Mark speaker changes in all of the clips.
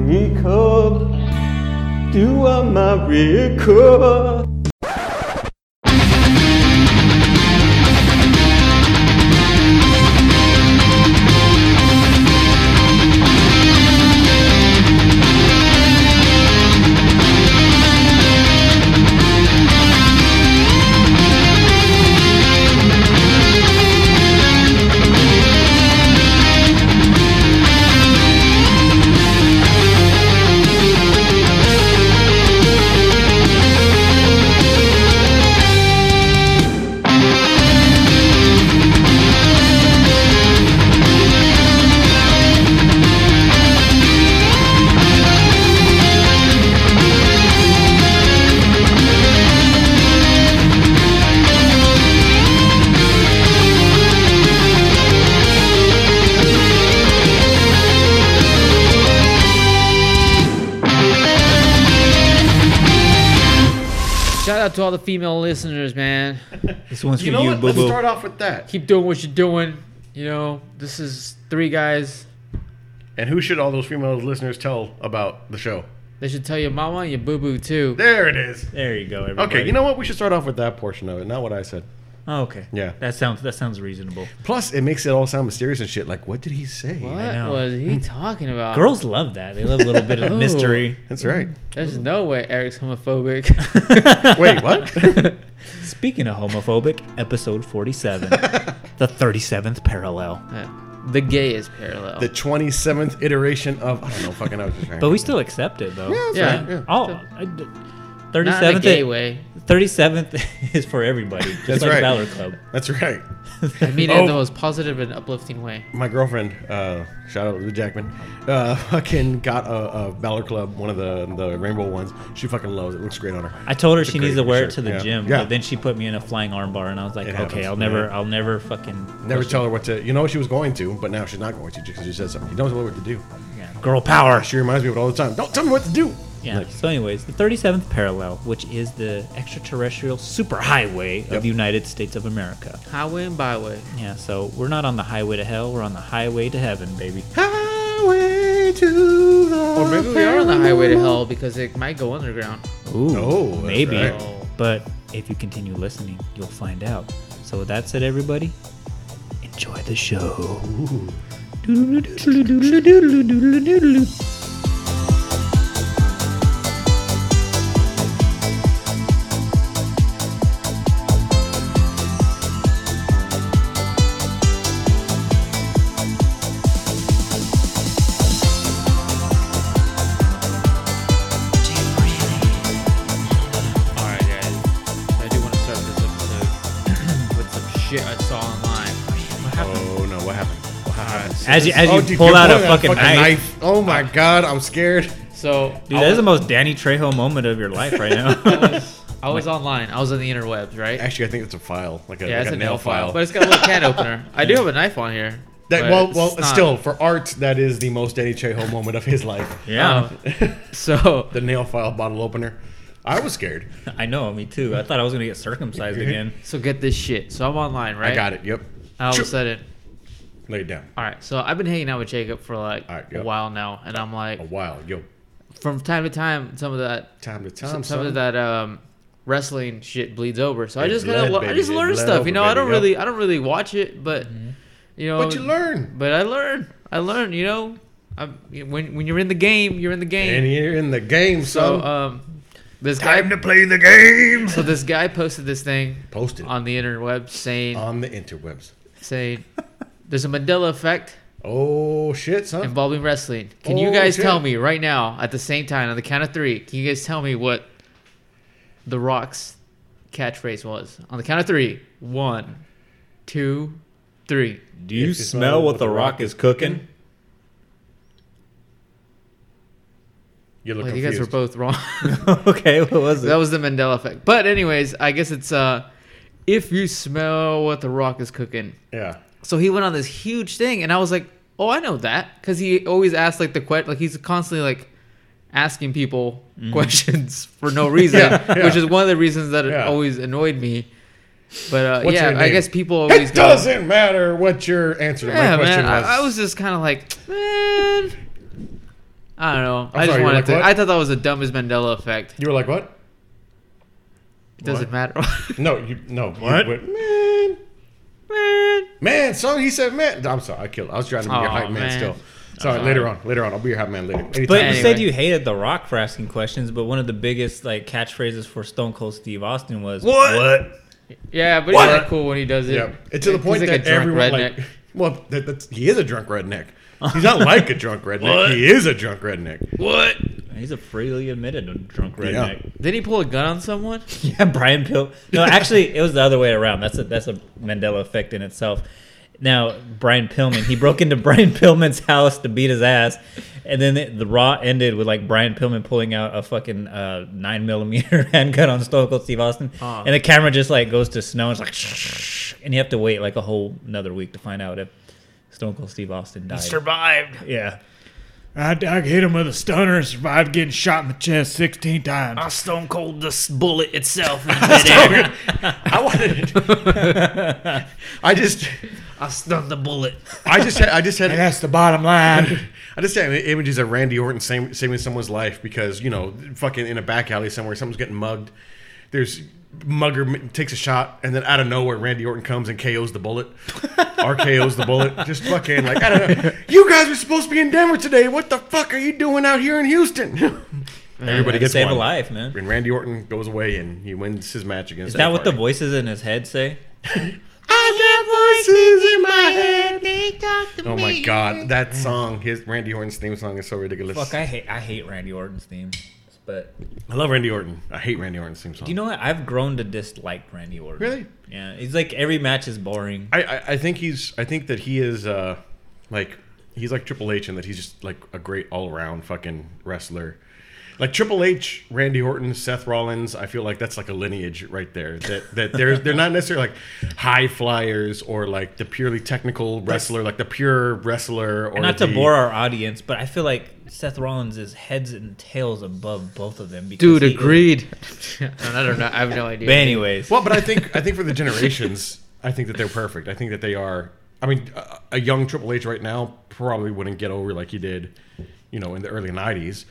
Speaker 1: miracle. Do a miracle.
Speaker 2: Shout out to all the female listeners, man.
Speaker 3: This one's for
Speaker 4: You know
Speaker 3: you,
Speaker 4: what?
Speaker 3: boo
Speaker 4: Let's
Speaker 3: boo.
Speaker 4: start off with that.
Speaker 2: Keep doing what you're doing. You know, this is three guys.
Speaker 4: And who should all those female listeners tell about the show?
Speaker 2: They should tell your mama and your boo boo too.
Speaker 4: There it is.
Speaker 3: There you go, everybody.
Speaker 4: Okay, you know what? We should start off with that portion of it, not what I said.
Speaker 3: Oh, okay.
Speaker 4: Yeah.
Speaker 3: That sounds that sounds reasonable.
Speaker 4: Plus, it makes it all sound mysterious and shit. Like, what did he say?
Speaker 2: What
Speaker 3: know.
Speaker 2: was he talking
Speaker 4: Um,
Speaker 2: about?
Speaker 3: Girls love that. They love a little bit of
Speaker 4: Oh.
Speaker 2: Ooh.
Speaker 3: mystery.
Speaker 4: That's right.
Speaker 2: There's no way Eric's homophobic.
Speaker 4: Wait, what?
Speaker 3: Speaking of homophobic, episode 47, the 37th parallel.
Speaker 2: the gayest parallel.
Speaker 4: the 27th iteration of I don't know, fucking I was just trying.
Speaker 3: But we still accept it though.
Speaker 4: that's
Speaker 2: Yeah.
Speaker 4: right, yeah.
Speaker 3: Oh, I d-
Speaker 2: Not in a
Speaker 3: 37th.
Speaker 2: gay way.
Speaker 3: 37th is for everybody, just
Speaker 4: That's
Speaker 3: like
Speaker 4: right.
Speaker 3: Valor Club.
Speaker 4: That's right.
Speaker 2: I mean it
Speaker 4: Oh.
Speaker 2: in the most positive and uplifting way.
Speaker 4: My girlfriend, uh, shout out to Lou Jackman, uh, fucking got a, a Valor Club, one of the the rainbow ones. She fucking loves it. Looks great on her.
Speaker 3: I told her
Speaker 4: It's a
Speaker 3: she needs to
Speaker 4: great
Speaker 3: wear
Speaker 4: shirt.
Speaker 3: it to the
Speaker 4: Yeah.
Speaker 3: gym,
Speaker 4: Yeah.
Speaker 3: but then she put me in a flying armbar, and I was like,
Speaker 4: It
Speaker 3: okay,
Speaker 4: happens,
Speaker 3: I'll never,
Speaker 4: yeah.
Speaker 3: I'll never fucking
Speaker 4: Never tell her what to. You know she was going to, but now she's not going to because she said something. She knows what to do.
Speaker 3: yeah. girl power.
Speaker 4: She reminds me of it all the time. Don't tell me what to do.
Speaker 3: Yeah.
Speaker 4: Like,
Speaker 3: so, anyways, the 37th parallel, which is the extraterrestrial superhighway of
Speaker 4: Yep.
Speaker 3: the United States of America.
Speaker 2: Highway and byway.
Speaker 3: Yeah. So we're not on the highway to hell. We're on the highway to heaven, baby.
Speaker 4: Highway to the.
Speaker 2: Or maybe we are on the highway to hell because it might go underground.
Speaker 3: Ooh.
Speaker 4: Oh, that's
Speaker 3: maybe.
Speaker 4: right.
Speaker 3: But if you continue listening, you'll find out. So with that said, everybody, enjoy the show.
Speaker 2: Alright guys. I do want to start this episode with some shit I saw online.
Speaker 4: Oh no! What happened? What happened?
Speaker 3: As you, as you
Speaker 4: Oh, dude,
Speaker 3: pull
Speaker 4: you're
Speaker 3: out a
Speaker 4: pulling
Speaker 3: fucking, knife.
Speaker 4: Oh
Speaker 2: Ah.
Speaker 4: my god! I'm scared.
Speaker 2: So
Speaker 3: Dude,
Speaker 2: I
Speaker 3: that is
Speaker 2: was-
Speaker 3: the most Danny Trejo moment of your life right
Speaker 2: I
Speaker 3: now.
Speaker 2: was, I was online. I was on the interwebs, right?
Speaker 4: Actually, I think it's a file, like a,
Speaker 2: yeah,
Speaker 4: like
Speaker 2: it's
Speaker 4: a, nail file.
Speaker 2: but it's got a little can opener. I do have a knife on here.
Speaker 4: that,
Speaker 2: but
Speaker 4: well,
Speaker 2: it's
Speaker 4: well,
Speaker 2: not-
Speaker 4: still for art, that is the most Danny Trejo moment of his life.
Speaker 3: yeah,
Speaker 2: Um, so
Speaker 4: The nail file bottle opener. I was scared.
Speaker 3: I know, me too. I thought I was gonna get circumcised again.
Speaker 2: so get this shit. So I'm online, right?
Speaker 4: I got it. Yep.
Speaker 2: All of a
Speaker 4: Sure.
Speaker 2: sudden,
Speaker 4: Lay it down.
Speaker 2: all right. So I've been hanging out with Jacob for like
Speaker 4: All right, Oh.
Speaker 2: a
Speaker 4: yep.
Speaker 2: while now, and I'm like,
Speaker 4: A while, yo.
Speaker 2: from time to time, some of that,
Speaker 4: Time to time.
Speaker 2: some, some
Speaker 4: son.
Speaker 2: of that um, wrestling shit bleeds over. So I
Speaker 4: It
Speaker 2: just gotta,
Speaker 4: bled,
Speaker 2: lear- I
Speaker 4: baby.
Speaker 2: just
Speaker 4: It
Speaker 2: learn
Speaker 4: bled
Speaker 2: stuff.
Speaker 4: over,
Speaker 2: you know, I
Speaker 4: baby,
Speaker 2: don't
Speaker 4: yep.
Speaker 2: really, I don't really watch it, but you know,
Speaker 4: But you learn.
Speaker 2: But I learn. I learn. You know, I, when when you're in the game, you're in the game.
Speaker 4: And you're in the game,
Speaker 2: So
Speaker 4: son.
Speaker 2: um, this guy
Speaker 4: Time to play the game.
Speaker 2: so this guy posted this thing
Speaker 4: Posted on,
Speaker 2: on the interweb saying
Speaker 4: the interwebs.
Speaker 2: saying there's a Mandela effect
Speaker 4: Oh shit, son.
Speaker 2: involving wrestling. Can you
Speaker 4: Oh,
Speaker 2: guys
Speaker 4: shit.
Speaker 2: tell me right now at the same time on the count of three? Can you guys tell me what The Rock's catchphrase was on the count of three? One, two, three.
Speaker 3: Do
Speaker 4: If you smell what The Rock
Speaker 3: is cooking?
Speaker 4: you look
Speaker 2: Like, you
Speaker 4: confused.
Speaker 2: guys were both wrong.
Speaker 3: okay, what was
Speaker 2: that
Speaker 3: it?
Speaker 2: was the Mandela effect. But anyways, I guess it's uh, if you smell what The Rock is cooking.
Speaker 4: yeah.
Speaker 2: So he went on this huge thing, and I was like, "Oh, I know that," because he always asks like the question, like he's constantly like asking people questions for no reason,
Speaker 4: Mm-hmm. Yeah, yeah.
Speaker 2: which is one of the reasons that it
Speaker 4: Yeah.
Speaker 2: always annoyed me. But uh,
Speaker 4: What's
Speaker 2: yeah,
Speaker 4: your
Speaker 2: I
Speaker 4: name?
Speaker 2: guess people always
Speaker 4: It
Speaker 2: go,
Speaker 4: doesn't matter what your answer to
Speaker 2: "Yeah,
Speaker 4: my question
Speaker 2: man." I, I
Speaker 4: was.
Speaker 2: was just kind of like, man, I don't know. i just
Speaker 4: sorry, you were
Speaker 2: wanted
Speaker 4: like,
Speaker 2: to.
Speaker 4: what?
Speaker 2: I thought that was a dumb as Mandela effect.
Speaker 4: You were like, what?
Speaker 2: It doesn't matter.
Speaker 4: No, you no.
Speaker 5: What?
Speaker 4: You went, man,
Speaker 2: Man.
Speaker 4: man. So he said, man. I'm sorry, I killed. I was trying to be your
Speaker 2: Aw,
Speaker 4: hype man,
Speaker 2: man.
Speaker 4: still. Sorry,
Speaker 2: Sorry.
Speaker 4: later on, later on, I'll be your hype man later. Anytime.
Speaker 3: But
Speaker 2: Anyway.
Speaker 3: you said you hated The Rock for asking questions, but one of the biggest like catchphrases for Stone Cold Steve Austin was
Speaker 5: What?
Speaker 2: Yeah, but
Speaker 5: What?
Speaker 2: it's not cool when he does it.
Speaker 4: yeah, it's to the
Speaker 2: He's
Speaker 4: point
Speaker 2: like a
Speaker 4: that
Speaker 2: drunk
Speaker 4: everyone
Speaker 2: redneck.
Speaker 4: like. Well, that, that's, he is a drunk redneck. He's not like a drunk redneck.
Speaker 5: What?
Speaker 4: he is a drunk redneck.
Speaker 5: What?
Speaker 3: He's a freely admitted drunk redneck.
Speaker 2: Didn't he pull a gun on someone?
Speaker 3: Yeah, Brian Pil. No, actually, it was the other way around. That's a that's a Mandela effect in itself. Now Brian Pillman, he broke into Brian Pillman's house to beat his ass, and then the, the Raw ended with like Brian Pillman pulling out a fucking uh, nine millimeter handgun on Stone Cold Steve Austin,
Speaker 2: Aw.
Speaker 3: and the camera just like goes to snow and it's like, shh, and you have to wait like a whole another week to find out if Stone Cold Steve Austin died.
Speaker 5: Survived.
Speaker 3: yeah,
Speaker 5: I, I hit him with a stunner and survived getting shot in the chest 16 times.
Speaker 6: I stone cold this bullet itself in midair.
Speaker 4: I wanted. I just,
Speaker 6: I stunned the bullet.
Speaker 7: Oh,
Speaker 4: I just had, I just had
Speaker 5: and that's the bottom line.
Speaker 4: I just have images of Randy Orton saving, saving someone's life because you know, fucking in a back alley somewhere, someone's getting mugged. There's mugger m- takes a shot, and then out of nowhere, Randy Orton comes and KOs the bullet, RKO's the bullet. Just fucking like I don't know. You guys were supposed to be in Denver today. What the fuck are you doing out here in Houston? Everybody
Speaker 3: Gotta
Speaker 4: gets
Speaker 3: save
Speaker 4: one.
Speaker 3: a life, man.
Speaker 4: And Randy Orton goes away and he wins his match against.
Speaker 3: Is that what the
Speaker 4: Jeff Hardy.
Speaker 3: voices in his head say?
Speaker 4: I got voices in my head. Oh my god, that song, his Randy Orton's theme song is so ridiculous.
Speaker 3: Fuck, I hate I hate Randy Orton's theme, but.
Speaker 4: I love Randy Orton. I hate Randy Orton's theme song.
Speaker 3: Do you know what? I've grown to dislike Randy Orton.
Speaker 4: Really?
Speaker 3: Yeah. He's like every match is boring.
Speaker 4: I, I, I think he's. I think that he is. Uh, like he's like Triple H, and that he's just like a great all around fucking wrestler. Like Triple H, Randy Orton, Seth Rollins. I feel like that's like a lineage right there. That that they're they're not necessarily like high flyers or like the purely technical wrestler, like the pure wrestler. Or
Speaker 3: And not to
Speaker 4: the-
Speaker 3: bore our audience, but I feel like Seth Rollins is heads and tails above both of them. Because
Speaker 2: Dude,
Speaker 3: he is-
Speaker 2: agreed. I don't know. I have no idea.
Speaker 3: But anyways,
Speaker 4: Well, but I think I think for the generations, I think that they're perfect. I think that they are. I mean, a, a young Triple H right now probably wouldn't get over like he did, you know, in the early '90s,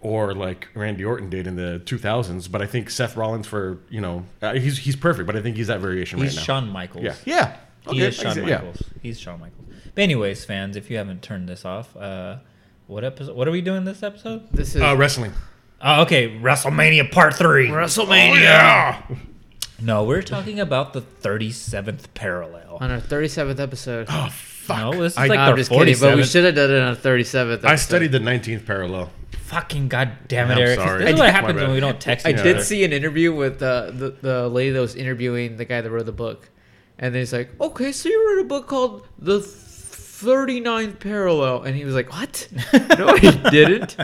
Speaker 4: or like Randy Orton did in the 2000s. But I think Seth Rollins for you know uh, he's he's perfect, but I think he's that variation
Speaker 3: he's
Speaker 4: right now.
Speaker 3: Shawn Michaels.
Speaker 4: Yeah, yeah.
Speaker 3: He
Speaker 4: Okay,
Speaker 3: is
Speaker 4: like I
Speaker 3: Shawn
Speaker 4: said, yeah.
Speaker 3: Michaels. He's Shawn Michaels. But anyways, fans, if you haven't turned this off, uh, what episode? What are we doing this episode?
Speaker 2: This is
Speaker 4: Uh, wrestling.
Speaker 3: Oh, okay, WrestleMania Part Three.
Speaker 6: WrestleMania.
Speaker 3: No, we're talking about the thirty-seventh parallel.
Speaker 2: on our 37th episode.
Speaker 4: Oh fuck!
Speaker 3: No, this is
Speaker 4: I,
Speaker 3: like
Speaker 2: I'm
Speaker 3: our
Speaker 2: just kidding, but we
Speaker 3: 47th.
Speaker 2: should have done it on our 37th. Episode.
Speaker 4: I studied the 19th parallel.
Speaker 3: Fucking goddamn it,
Speaker 4: I'm
Speaker 3: Eric!
Speaker 4: sorry.
Speaker 3: This
Speaker 4: I did-
Speaker 3: is what
Speaker 4: my
Speaker 3: happens
Speaker 4: bad.
Speaker 3: when we don't text.
Speaker 2: I
Speaker 3: each
Speaker 2: did
Speaker 3: other.
Speaker 2: see an interview with uh, the the lady that was interviewing the guy that wrote the book, and he's like, "Okay, so you wrote a book called The 39th Parallel," and he was like, "What? No, he didn't."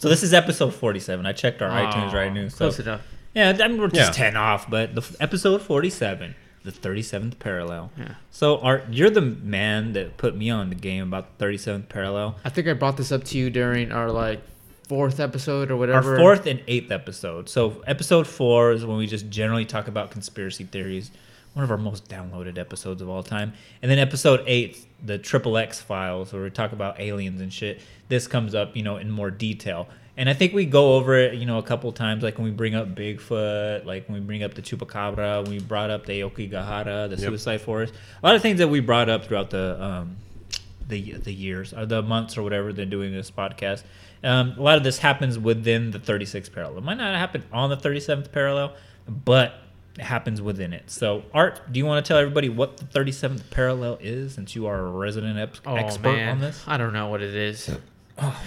Speaker 3: So this is episode 47. I checked our iTunes
Speaker 2: Aw,
Speaker 3: right now. So
Speaker 2: Close enough.
Speaker 3: yeah, I mean, we're just
Speaker 4: Yeah.
Speaker 3: 10 off, but the f- episode 47, the 37th parallel.
Speaker 2: Yeah.
Speaker 3: So Art, you're the man that put me on the game about the 37th parallel.
Speaker 2: I think I brought this up to you during our like fourth episode or whatever.
Speaker 3: Our fourth and eighth episode. So episode four is when we just generally talk about conspiracy theories. One of our most downloaded episodes of all time. And then episode eight, the Triple X Files, where we talk about aliens and shit. This comes up, you know, in more detail. And I think we go over it, you know, a couple times, like when we bring up Bigfoot, like when we bring up the Chupacabra, when we brought up the Aokigahara, the Suicide Forest. A lot of things that we brought up throughout the um, the the years or the months or whatever they're doing this podcast. Um, a lot of this happens within the 36th parallel. It might not happen on the 37th parallel, but it happens within it. So, Art, do you want to tell everybody what the 37th parallel is since you are a resident ep-
Speaker 2: Oh,
Speaker 3: expert
Speaker 2: man.
Speaker 3: on this?
Speaker 2: I don't know what it is. Oh,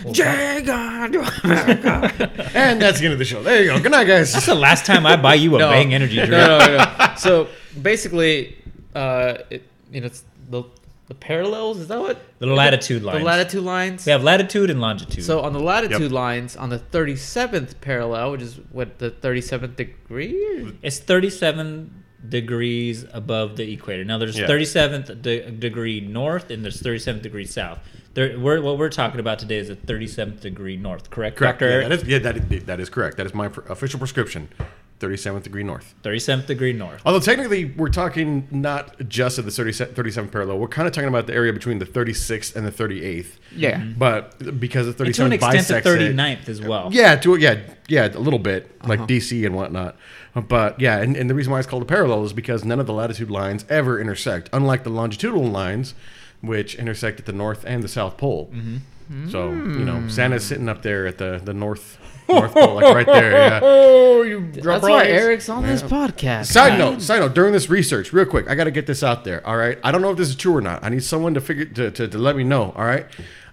Speaker 4: And that's the end of the show. There you go. Good night, guys.
Speaker 3: That's the last time I buy you a
Speaker 2: No.
Speaker 3: Bang energy drink.
Speaker 2: No, no, no. so basically, uh, it, you know, it's the the parallels. Is that what
Speaker 3: The latitude lines.
Speaker 2: the latitude lines?
Speaker 3: we have latitude and longitude.
Speaker 2: So on the latitude
Speaker 4: Yep.
Speaker 2: lines, on the 37th parallel, which is what the 37th degree.
Speaker 3: It's 37 degrees above the equator. Now there's
Speaker 4: Yeah.
Speaker 3: 37th de- degree north and there's 37th degree south. There, we're, what we're talking about today is the 37th degree north, correct?
Speaker 4: Correct.
Speaker 3: Dr.
Speaker 4: Yeah,
Speaker 3: Eric?
Speaker 4: that is, yeah that, is, that is correct. That is my pr- official prescription. 37th degree north.
Speaker 3: 37th degree north.
Speaker 4: Although technically, we're talking not just of the 30, 37th parallel. We're kind of talking about the area between the 36th and the 38th.
Speaker 2: Yeah.
Speaker 4: But because the
Speaker 3: And to an
Speaker 4: 37th
Speaker 3: extent,
Speaker 4: bisects
Speaker 3: the
Speaker 4: it.
Speaker 3: 39th as well.
Speaker 4: Yeah, to yeah, yeah, a little bit
Speaker 3: Uh-huh.
Speaker 4: like DC and whatnot. But yeah, and, and the reason why it's called a parallel is because none of the latitude lines ever intersect, unlike the longitudinal lines, which intersect at the north and the south pole.
Speaker 3: Mm-hmm.
Speaker 4: So you
Speaker 3: Hmm.
Speaker 4: know, Santa's sitting up there at the the north north pole, like right there. Yeah.
Speaker 3: Oh, you
Speaker 2: That's why Eric's on this podcast.
Speaker 4: Side note, side note. During this research, real quick, I got to get this out there. All right, I don't know if this is true or not. I need someone to figure to, to, to let me know. All right,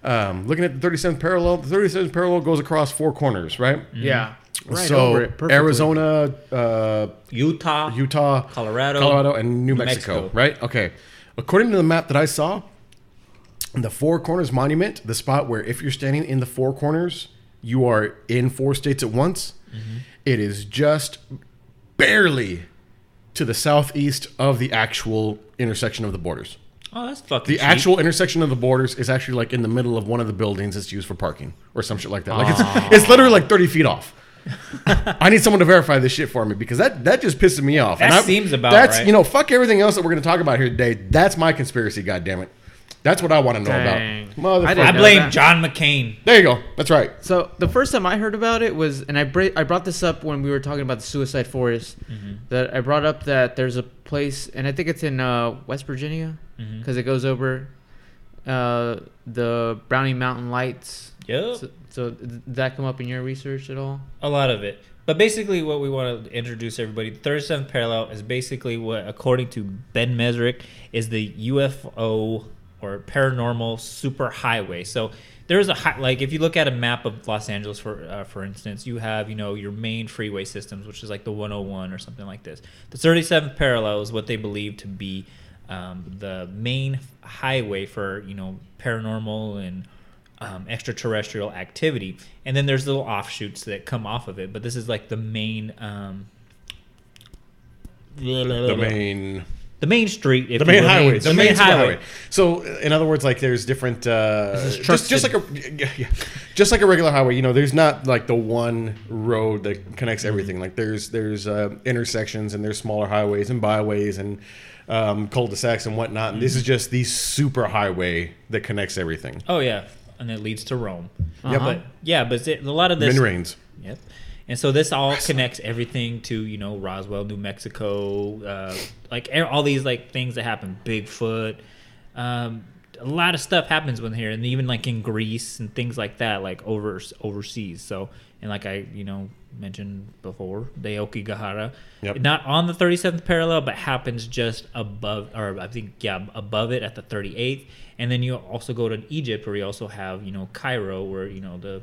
Speaker 4: um, looking at the thirty seventh parallel, the thirty seventh parallel goes across four corners, right?
Speaker 2: Yeah.
Speaker 4: so
Speaker 2: over it perfectly.
Speaker 4: Arizona, uh,
Speaker 3: Utah.
Speaker 4: Utah,
Speaker 3: Colorado,
Speaker 4: Colorado, and New
Speaker 3: New
Speaker 4: Mexico,
Speaker 3: Mexico.
Speaker 4: right? Okay. According to the map that I saw, the Four Corners Monument, the spot where if you're standing in the Four Corners, you are in four states at once. It is just barely to the southeast of the actual intersection of the borders.
Speaker 3: Oh, that's fucking
Speaker 4: The
Speaker 3: cheap.
Speaker 4: actual intersection of the borders is actually like in the middle of one of the buildings that's used for parking or some shit like that. Like it's it's literally like thirty feet off. I need someone to verify this shit for me because that that just pisses me off.
Speaker 3: That
Speaker 4: I-
Speaker 3: seems about
Speaker 4: that's
Speaker 3: right.
Speaker 4: you know fuck everything else that we're gonna talk about here today. That's my conspiracy. God damn it, that's what I want to know
Speaker 2: Dang.
Speaker 4: about.
Speaker 2: I
Speaker 4: Motherfucker.
Speaker 2: didn't
Speaker 3: I
Speaker 2: know
Speaker 3: blame
Speaker 2: that.
Speaker 3: John McCain.
Speaker 4: There you go. That's right.
Speaker 2: So the first time I heard about it was, and I br- I brought this up when we were talking about the suicide forest. That I brought up that there's a place, and I think it's in uh, West Virginia, because it goes over uh, the Brownie Mountain Lights.
Speaker 3: Yep.
Speaker 2: So, so did that come up in your research at all?
Speaker 3: A lot of it. But basically, what we want to introduce everybody, the 37th parallel is basically what, according to Ben Mesrick, is the UFO or paranormal superhighway. So there is a high, like if you look at a map of Los Angeles, for uh, for instance, you have you know your main freeway systems, which is like the 101 or something like this. The 37th parallel is what they believe to be um, the main highway for you know paranormal and um, extraterrestrial activity. And then there's little offshoots that come off of it, but this is like the main. Um,
Speaker 4: The
Speaker 3: the
Speaker 4: main
Speaker 3: the main street,
Speaker 4: the
Speaker 3: if you
Speaker 4: main
Speaker 3: will.
Speaker 4: highway. The main
Speaker 3: highway.
Speaker 4: highway. So, in other words, like there's different, uh,
Speaker 3: is
Speaker 4: just, just like a, yeah, yeah. just like a regular highway. You know, there's not like the one road that connects everything. Like there's there's uh, intersections and there's smaller highways and byways and um, cul-de-sacs and whatnot. And this is just the super highway that connects everything.
Speaker 3: Oh yeah, and it leads to Rome.
Speaker 4: Yeah,
Speaker 3: But
Speaker 4: but
Speaker 3: yeah, but it, a lot of this.
Speaker 4: Min Rains.
Speaker 3: Yep. And so this all connects everything to you know Roswell, New Mexico, uh, like e- all these like things that happen. Bigfoot, um, a lot of stuff happens when here, and even like in Greece and things like that, like over overseas. So and like I you know mentioned before, the Okigahara,
Speaker 4: Yep.
Speaker 3: not on the 37th parallel, but happens just above, or I think yeah above it at the 38th. And then you also go to Egypt, where you also have you know Cairo, where you know the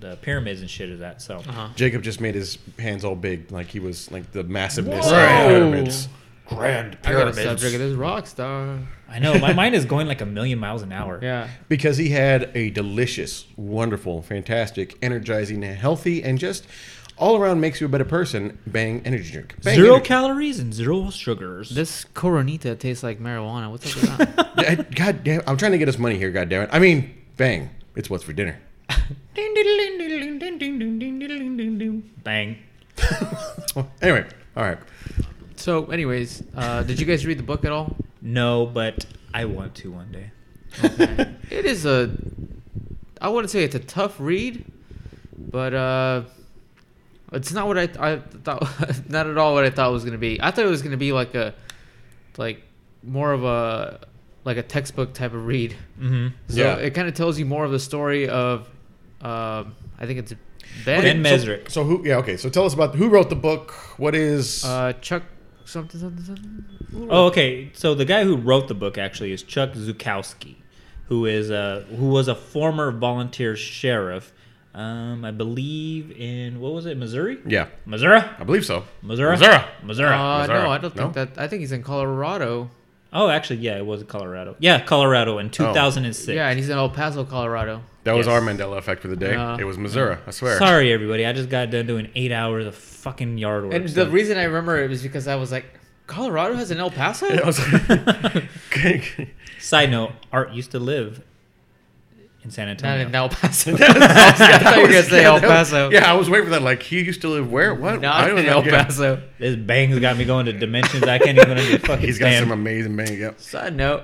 Speaker 3: the pyramids and shit is at. So.
Speaker 2: Uh-huh.
Speaker 4: Jacob just made his hands all big, like he was like the massiveness
Speaker 2: Whoa.
Speaker 4: of the pyramids.
Speaker 5: Grand
Speaker 2: I got a subject of this rock star.
Speaker 3: I know my mind is going like a million miles an hour.
Speaker 2: Yeah.
Speaker 4: because he had a delicious, wonderful, fantastic, energizing, healthy, and just all around makes you a better person. Bang energy drink. Bang
Speaker 3: Zero
Speaker 4: energy-
Speaker 3: calories and zero sugars.
Speaker 2: This Coronita tastes like marijuana. What's up with that?
Speaker 4: God damn! I'm trying to get us money here. God damn it! I mean, bang! It's what's for dinner.
Speaker 3: Bang.
Speaker 4: Anyway, all right.
Speaker 2: so, anyways, uh, did you guys read the book at all?
Speaker 3: No, but I want to one day.
Speaker 2: It is a. I wouldn't say it's a tough read, but uh, it's not what I, I thought. Not at all what I thought it was gonna be. I thought it was gonna be like a, like more of a like a textbook type of read. Mm-hmm. So
Speaker 4: Yeah.
Speaker 2: it kind of tells you more of the story of, um, I think it's Ben,
Speaker 3: Ben
Speaker 4: So-
Speaker 3: Mesrick.
Speaker 4: So who? Yeah. Okay. So tell us about who wrote the book. What is?
Speaker 2: uh, Chuck something something something.
Speaker 3: Oh, okay. So the guy who wrote the book actually is Chuck Zukowski, who is a who was a former volunteer sheriff. Um, I believe in what was it, Missouri?
Speaker 4: yeah,
Speaker 3: Missouri,
Speaker 4: I believe so.
Speaker 3: Missouri,
Speaker 4: Missouri.
Speaker 3: Missouri.
Speaker 2: Uh,
Speaker 4: Missouri.
Speaker 2: no, I don't
Speaker 4: No?
Speaker 2: think that. I think he's in Colorado.
Speaker 3: oh, actually, yeah, it was Colorado. Yeah, Colorado
Speaker 4: Oh.
Speaker 3: in 2006.
Speaker 2: Yeah, and he's in El Paso, Colorado.
Speaker 4: That was
Speaker 3: Yes.
Speaker 4: our Mandela effect for the day.
Speaker 2: Uh,
Speaker 4: it was Missouri. I swear.
Speaker 3: Sorry, everybody. I just got done doing eight hours of fucking yard work.
Speaker 2: And
Speaker 3: so-
Speaker 2: the reason I remember it was because I was like, Colorado has an El Paso?
Speaker 4: That was-
Speaker 3: Side note: Art used to live in San
Speaker 2: Not
Speaker 3: Antonio.
Speaker 2: in El Paso. I thought you were gonna say El Paso.
Speaker 4: Yeah, I was waiting for that. Like he used to live where? What? I
Speaker 2: Not
Speaker 4: don't
Speaker 2: in
Speaker 4: know.
Speaker 2: El
Speaker 4: Yeah.
Speaker 2: Paso.
Speaker 3: This bang's got me going to dimensions I can't even under fucking
Speaker 4: He's got
Speaker 3: stand.
Speaker 4: some amazing bang. Yeah.
Speaker 2: Side note.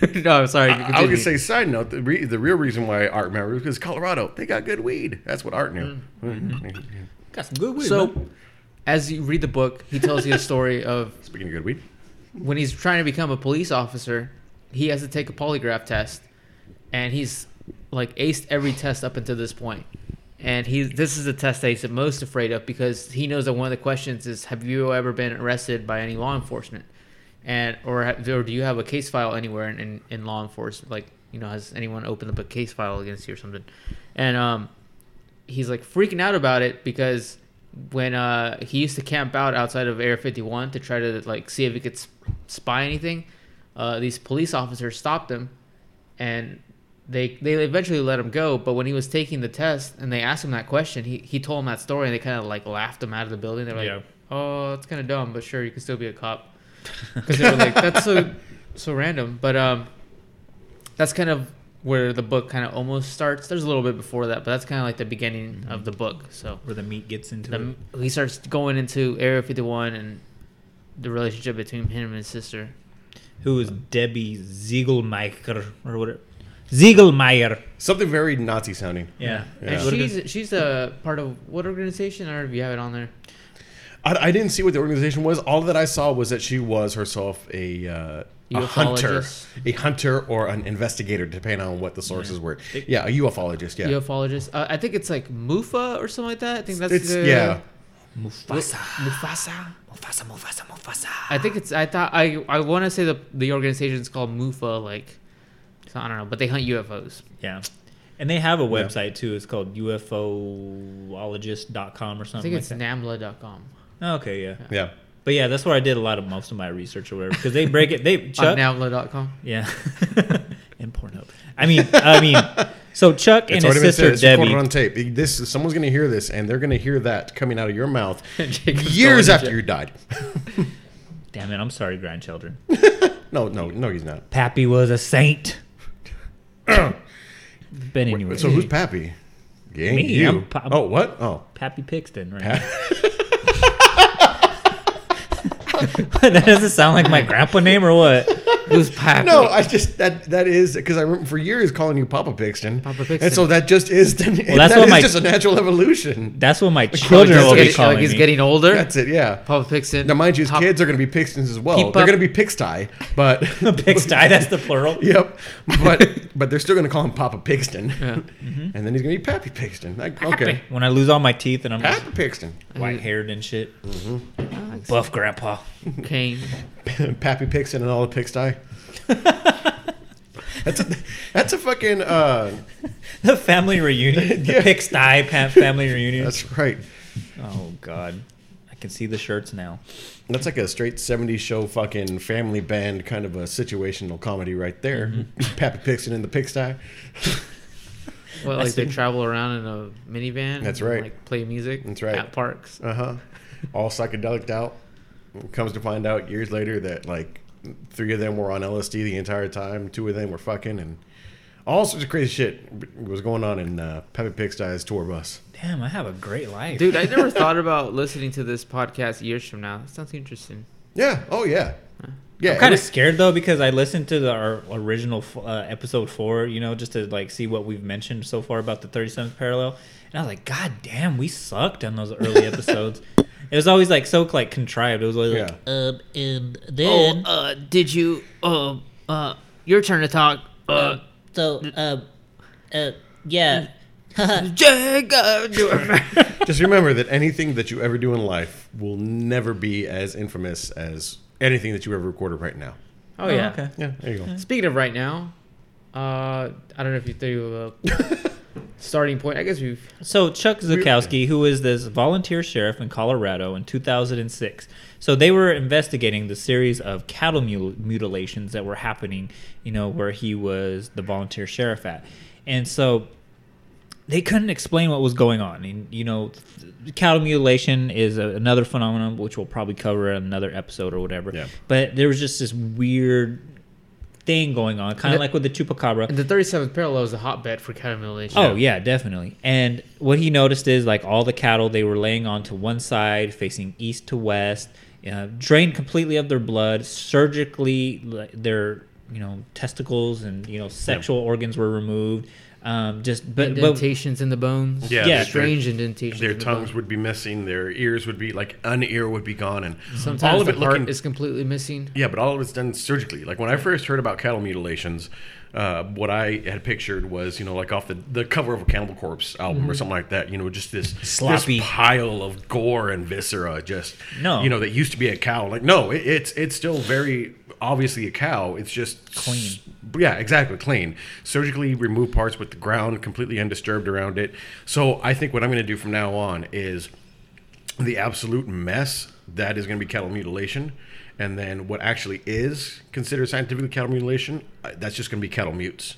Speaker 2: no, I'm sorry.
Speaker 4: I, I was
Speaker 2: continue.
Speaker 4: gonna say, side note, the, re- the real reason why Art remembered was because Colorado, they got good weed. That's what Art knew.
Speaker 3: Mm. got some good weed. man.
Speaker 2: so. As you read the book, he tells you a story of
Speaker 4: Speaking of good weed,
Speaker 2: when he's trying to become a police officer, he has to take a polygraph test, and he's like aced every test up until this point. And he, this is the test that he's the most afraid of because he knows that one of the questions is, "Have you ever been arrested by any law enforcement?" And or have, or do you have a case file anywhere in, in, in law enforcement? Like you know, has anyone opened up a case file against you or something? And um, he's like freaking out about it because when uh he used to camp out outside of Air 51 to try to like see if he could sp- spy anything, uh, these police officers stopped him, and they they eventually let him go. But when he was taking the test and they asked him that question, he he told him that story and they kind of like laughed him out of the building. They're like,
Speaker 3: Yeah.
Speaker 2: "Oh, that's kind of dumb, but sure, you can still be a cop," because they were like, "That's so so random." But um, that's kind of where the book kind of almost starts. There's a little bit before that, but that's kind of like the beginning
Speaker 4: Mm-hmm.
Speaker 2: of the book. So
Speaker 3: where the meat gets into
Speaker 2: the,
Speaker 3: it.
Speaker 2: he starts going into Area 51 and the relationship between him and his sister.
Speaker 3: Who is Debbie Ziegelmeier or whatever? Ziegelmeier.
Speaker 4: something very Nazi sounding.
Speaker 3: Yeah.
Speaker 2: And
Speaker 3: What is-
Speaker 2: she's she's a part of what organization? I don't know if you have it on there.
Speaker 4: I, I didn't see what the organization was. All that I saw was that she was herself a, uh, a hunter,
Speaker 2: Ufologist.
Speaker 4: a hunter or an investigator, depending on what the sources were. Yeah, a ufologist. Yeah,
Speaker 2: Ufologist. Uh, I think it's like MUFA or something like that. I think that's
Speaker 4: it's
Speaker 2: the,
Speaker 4: yeah.
Speaker 2: Mufasa.
Speaker 3: Mufasa, Mufasa, Mufasa.
Speaker 2: I think it's. I thought I I want to say the the organization's called MUFA. Like so I don't know, but they hunt UFOs.
Speaker 3: Yeah. And they have a website too. It's called ufologist.com or something
Speaker 2: I think
Speaker 3: like
Speaker 2: it's
Speaker 3: that.
Speaker 2: NAMLA.com.
Speaker 3: okay, yeah.
Speaker 4: Yeah,
Speaker 3: But yeah, that's where I did a lot of most of my research or whatever because they break it. They
Speaker 2: On
Speaker 3: Chuck,
Speaker 2: NAMLA.com.
Speaker 3: yeah, and Pornhub. I mean, I mean, so Chuck and
Speaker 4: it's
Speaker 3: his
Speaker 4: already been
Speaker 3: sister
Speaker 4: said. It's recorded
Speaker 3: Debbie.
Speaker 4: on tape. This someone's going to hear this, and they're going to hear that coming out of your mouth
Speaker 2: Jacob's
Speaker 4: years
Speaker 2: going to
Speaker 4: after you died.
Speaker 3: Damn it, I'm sorry, grandchildren.
Speaker 4: No, no, no, he's not.
Speaker 3: Pappy was a saint. but anyway,
Speaker 4: So who's Pappy? Gang,
Speaker 3: Me,
Speaker 4: you.
Speaker 3: I'm Pap-
Speaker 4: oh, what? Oh,
Speaker 3: Pappy Pixton, right? that doesn't sound like my grandpa name or what?
Speaker 2: Who's Pappy?
Speaker 4: No, I just that that is because I remember for years calling you Papa Pixton.
Speaker 2: Papa Pixton.
Speaker 4: And so that just is well,
Speaker 3: that's
Speaker 4: that's
Speaker 3: what my-
Speaker 4: just a natural evolution.
Speaker 3: That's what my
Speaker 2: Like
Speaker 3: children
Speaker 2: he's,
Speaker 3: will be
Speaker 2: getting,
Speaker 3: calling
Speaker 2: like he's
Speaker 3: me.
Speaker 2: getting older.
Speaker 4: That's it, yeah.
Speaker 2: Papa Pixton.
Speaker 4: Now mind you, his
Speaker 2: Pop-
Speaker 4: kids are going to be Pixtons as well.
Speaker 2: Keep
Speaker 4: They're
Speaker 2: up-
Speaker 4: going to be Pixtie, but
Speaker 3: Pixty, that's the plural.
Speaker 4: yep, but but they're still going to call him Papa Pixton,
Speaker 2: Mm-hmm.
Speaker 4: and then he's going to be Pappy Pixton. Like, okay,
Speaker 3: When I lose all my teeth and I'm just
Speaker 4: Pappy Pixton,
Speaker 3: white haired and shit, buff grandpa.
Speaker 2: Kane.
Speaker 4: Pappy Pixton, and all the Pixtie. that's a, that's a fucking uh,
Speaker 3: The family reunion, the
Speaker 4: Yeah.
Speaker 3: Pixty pa- family reunion.
Speaker 4: that's right.
Speaker 3: oh god, I can see the shirts now.
Speaker 4: That's like a straight 70s show fucking family band kind of a situational comedy right there.
Speaker 3: Mm-hmm.
Speaker 4: Pappy Pixton in the pigsty.
Speaker 2: Well,
Speaker 3: I
Speaker 2: like they
Speaker 3: see.
Speaker 2: travel around in a minivan.
Speaker 4: That's
Speaker 2: and,
Speaker 4: right.
Speaker 2: Like play music.
Speaker 4: That's right.
Speaker 2: At parks.
Speaker 4: Uh
Speaker 3: Uh-huh.
Speaker 4: huh. All psychedelic out. Comes to find out years later that like three of them were on LSD the entire time, two of them were fucking, and all sorts of crazy shit was going on in uh, Pappy Pigsty's tour bus.
Speaker 3: Damn, I have a great life.
Speaker 2: Dude, I never thought about listening to this podcast years from now. That sounds interesting.
Speaker 4: Yeah. Oh, yeah. Yeah.
Speaker 3: kind
Speaker 4: it
Speaker 3: of
Speaker 4: was-
Speaker 3: scared though because I listened to the, our original f- uh, episode four, you know, just to like see what we've mentioned so far about the 37th parallel, and I was like, God damn, we sucked on those early episodes. It was always like so like contrived. It was always like,
Speaker 4: yeah.
Speaker 6: Um, and then.
Speaker 2: Oh, uh, did you? Um, uh, your turn to talk. Uh,
Speaker 6: so, um, uh, yeah.
Speaker 4: Just remember that anything that you ever do in life will never be as infamous as anything that you ever recorded right now.
Speaker 2: oh yeah.
Speaker 3: okay.
Speaker 4: Yeah. There you go.
Speaker 2: Speaking of right now, uh, I don't know if you threw a starting point. I guess we've.
Speaker 3: So Chuck Zukowski, who is this volunteer sheriff in Colorado in 2006, so they were investigating the series of cattle mul- mutilations that were happening, you know, where he was the volunteer sheriff at, and so they couldn't explain what was going on. And you know, th- cattle mutilation is a, another phenomenon which we'll probably cover in another episode or whatever.
Speaker 4: Yeah.
Speaker 3: But there was just this weird thing going on, kind
Speaker 2: the-
Speaker 3: of like with the chupacabra.
Speaker 2: And the 37th parallel is a hotbed for cattle mutilation.
Speaker 3: Oh yeah, definitely. And what he noticed is like all the cattle they were laying on to one side, facing east to west, uh, drained completely of their blood, surgically like, their you know testicles and you know sexual organs were removed. Um, just but but
Speaker 2: indentations in the bones.
Speaker 4: Yeah,
Speaker 3: Yeah.
Speaker 4: their-
Speaker 2: strange indentations.
Speaker 4: Their
Speaker 2: in the
Speaker 4: tongues
Speaker 2: bone.
Speaker 4: would be missing. Their ears would be like an ear would be gone, and
Speaker 2: Sometimes
Speaker 4: all of
Speaker 2: the
Speaker 4: it
Speaker 2: heart
Speaker 4: looking
Speaker 2: is completely missing.
Speaker 4: Yeah, but all of it's done surgically. Like when I first heard about cattle mutilations, uh, what I had pictured was you know like off the, the cover of a Cannibal Corpse album or something like that. You know, just this
Speaker 3: Mm-hmm. Sloppy.
Speaker 4: this pile of gore and viscera. Just
Speaker 3: No.
Speaker 4: you know that used to be a cow. Like no, it, it's it's still very obviously a cow. It's just
Speaker 3: Clean.
Speaker 4: yeah, exactly. Clean. Surgically remove parts with the ground completely undisturbed around it. So I think what I'm going to do from now on is the absolute mess that is going to be cattle mutilation. And then what actually is considered scientifically cattle mutilation, uh, that's just going to be cattle mutes.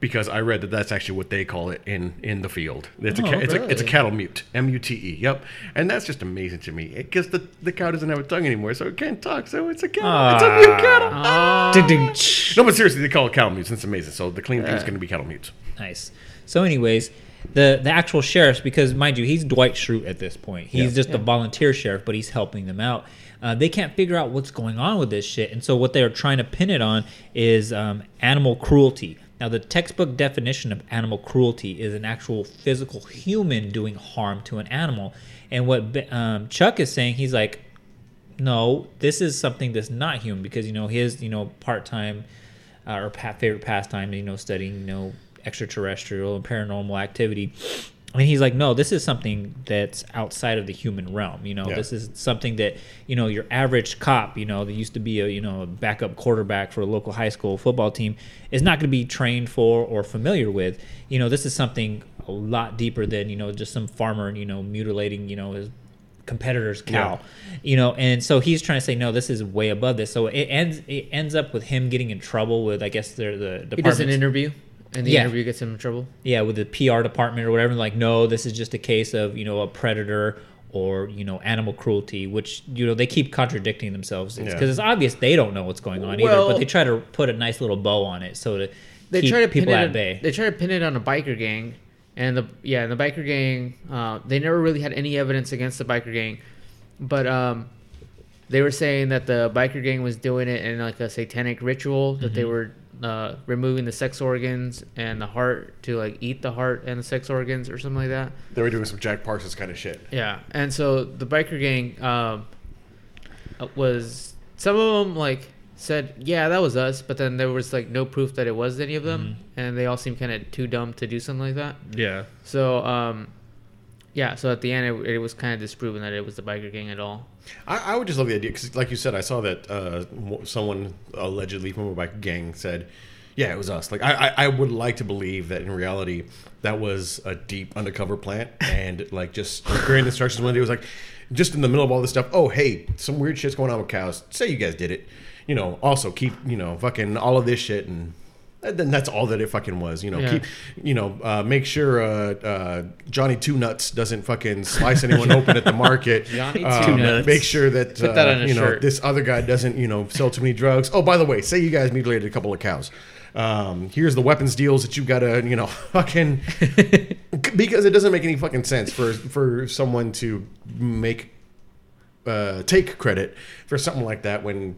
Speaker 4: Because I read that that's actually what they call it in, in the field. It's, a, ca- it's, a, it's
Speaker 2: really?
Speaker 4: a cattle mute, M U T E. Yep, and that's just amazing to me because the, the cow doesn't have a tongue anymore, so it can't talk. So it's a cattle. It's a mute cattle. No, but seriously, they call it cattle mutes. and It's amazing. So the clean thing is going to be cattle mutes.
Speaker 3: Nice. So, anyways, the the actual sheriffs, because mind you, he's Dwight Schrute at this point. He's just a volunteer sheriff, but he's helping them out. Uh, they can't figure out what's going on with this shit, and so what they are trying to pin it on is um, animal cruelty. Now, the textbook definition of animal cruelty is an actual physical human doing harm to an animal. And what Be- um, Chuck is saying, he's like, no, this is something that's not human because you know his you know part time uh, or pa- favorite pastime you know studying you know extraterrestrial and paranormal activity. And he's like, no, this is something that's outside of the human realm. You know,
Speaker 4: Yeah.
Speaker 3: this is something that you know your average cop, you know, that used to be a you know a backup quarterback for a local high school football team, is not going to be trained for or familiar with. You know, this is something a lot deeper than you know just some farmer you know mutilating you know his competitor's cow you know and so he's trying to say no this is way above this so it ends it ends up with him getting in trouble with i guess their the
Speaker 2: He does an
Speaker 3: department
Speaker 2: interview, and the
Speaker 3: Yeah.
Speaker 2: interview gets him in trouble.
Speaker 3: yeah with the pr department or whatever like no this is just a case of you know a predator or you know animal cruelty which you know they keep contradicting themselves because
Speaker 4: Yeah.
Speaker 3: it's, obvious they don't know what's going on either
Speaker 2: Well-
Speaker 3: but they try to put a nice little bow on it so to
Speaker 2: They
Speaker 3: keep
Speaker 2: try to
Speaker 3: people
Speaker 2: pin it.
Speaker 3: at bay
Speaker 2: They try to pin it on a biker gang, and the yeah, and the biker gang. Uh, they never really had any evidence against the biker gang, but um, they were saying that the biker gang was doing it in like a satanic ritual that they were uh, removing the sex organs and the heart to like eat the heart and the sex organs or something like that.
Speaker 4: They were doing some Jack Parsons kind of shit.
Speaker 2: Yeah, and so the biker gang um, uh, was some of them like said, "Yeah, that was us," but then there was like no proof that it was any of them, and they all seemed kind of too dumb to do something like that.
Speaker 5: Yeah.
Speaker 2: So, um, yeah, so at the end, it, it was kind of disproven that it was the biker gang at all.
Speaker 4: I, I would just love the idea because, like you said, I saw that uh, mo- someone allegedly from a bike gang said, "Yeah, it was us." Like, I, I, I would like to believe that in reality, that was a deep undercover plant, and like just grand instructions one day was like, just in the middle of all this stuff. Oh, hey, some weird shit's going on with cows. Say you guys did it. You know. Also, keep you know fucking all of this shit and. and Then that's all that it fucking was, you know.
Speaker 2: Yeah.
Speaker 4: Keep, you know, uh, make sure uh, uh, Johnny Two Nuts doesn't fucking slice anyone open at the market.
Speaker 2: Johnny Two
Speaker 4: Um,
Speaker 2: Nuts.
Speaker 4: Make sure that,
Speaker 2: Put that
Speaker 4: uh,
Speaker 2: on a
Speaker 4: you know
Speaker 2: shirt.
Speaker 4: this other guy doesn't you know sell too many drugs. Oh, by the way, say you guys mutilated a couple of cows. Um, here's the weapons deals that you gotta you know fucking because it doesn't make any fucking sense for for someone to make uh, take credit for something like that when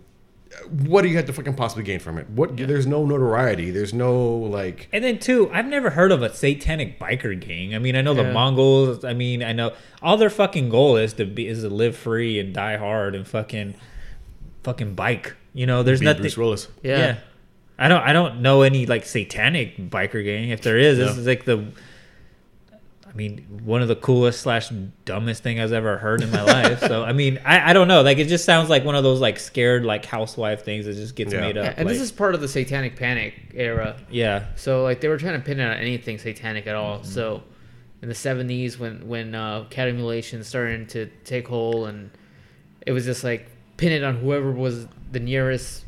Speaker 4: what do you have to fucking possibly gain from it? What there's no notoriety. There's no like
Speaker 3: And then too, I've never heard of a satanic biker gang. I mean, I know
Speaker 2: Yeah.
Speaker 3: the Mongols. I mean, I know all their fucking goal is to be is to live free and die hard and fucking fucking bike. You know, there's
Speaker 4: be
Speaker 3: nothing.
Speaker 4: Bruce Willis.
Speaker 2: Yeah.
Speaker 3: I don't. I don't know any like satanic biker gang. If there is, this
Speaker 4: No.
Speaker 3: is like the. I mean, one of the coolest slash dumbest thing I've ever heard in my life. So I mean, I, I don't know. Like it just sounds like one of those like scared like housewife things that just gets
Speaker 4: Yeah.
Speaker 3: made up.
Speaker 2: Yeah, and this
Speaker 3: like-
Speaker 2: is part of the Satanic Panic era.
Speaker 3: yeah.
Speaker 2: So like they were trying to pin it on anything satanic at all.
Speaker 3: Mm-hmm.
Speaker 2: So in the seventies when when uh catamulation started to take hold and it was just like pin it on whoever was the nearest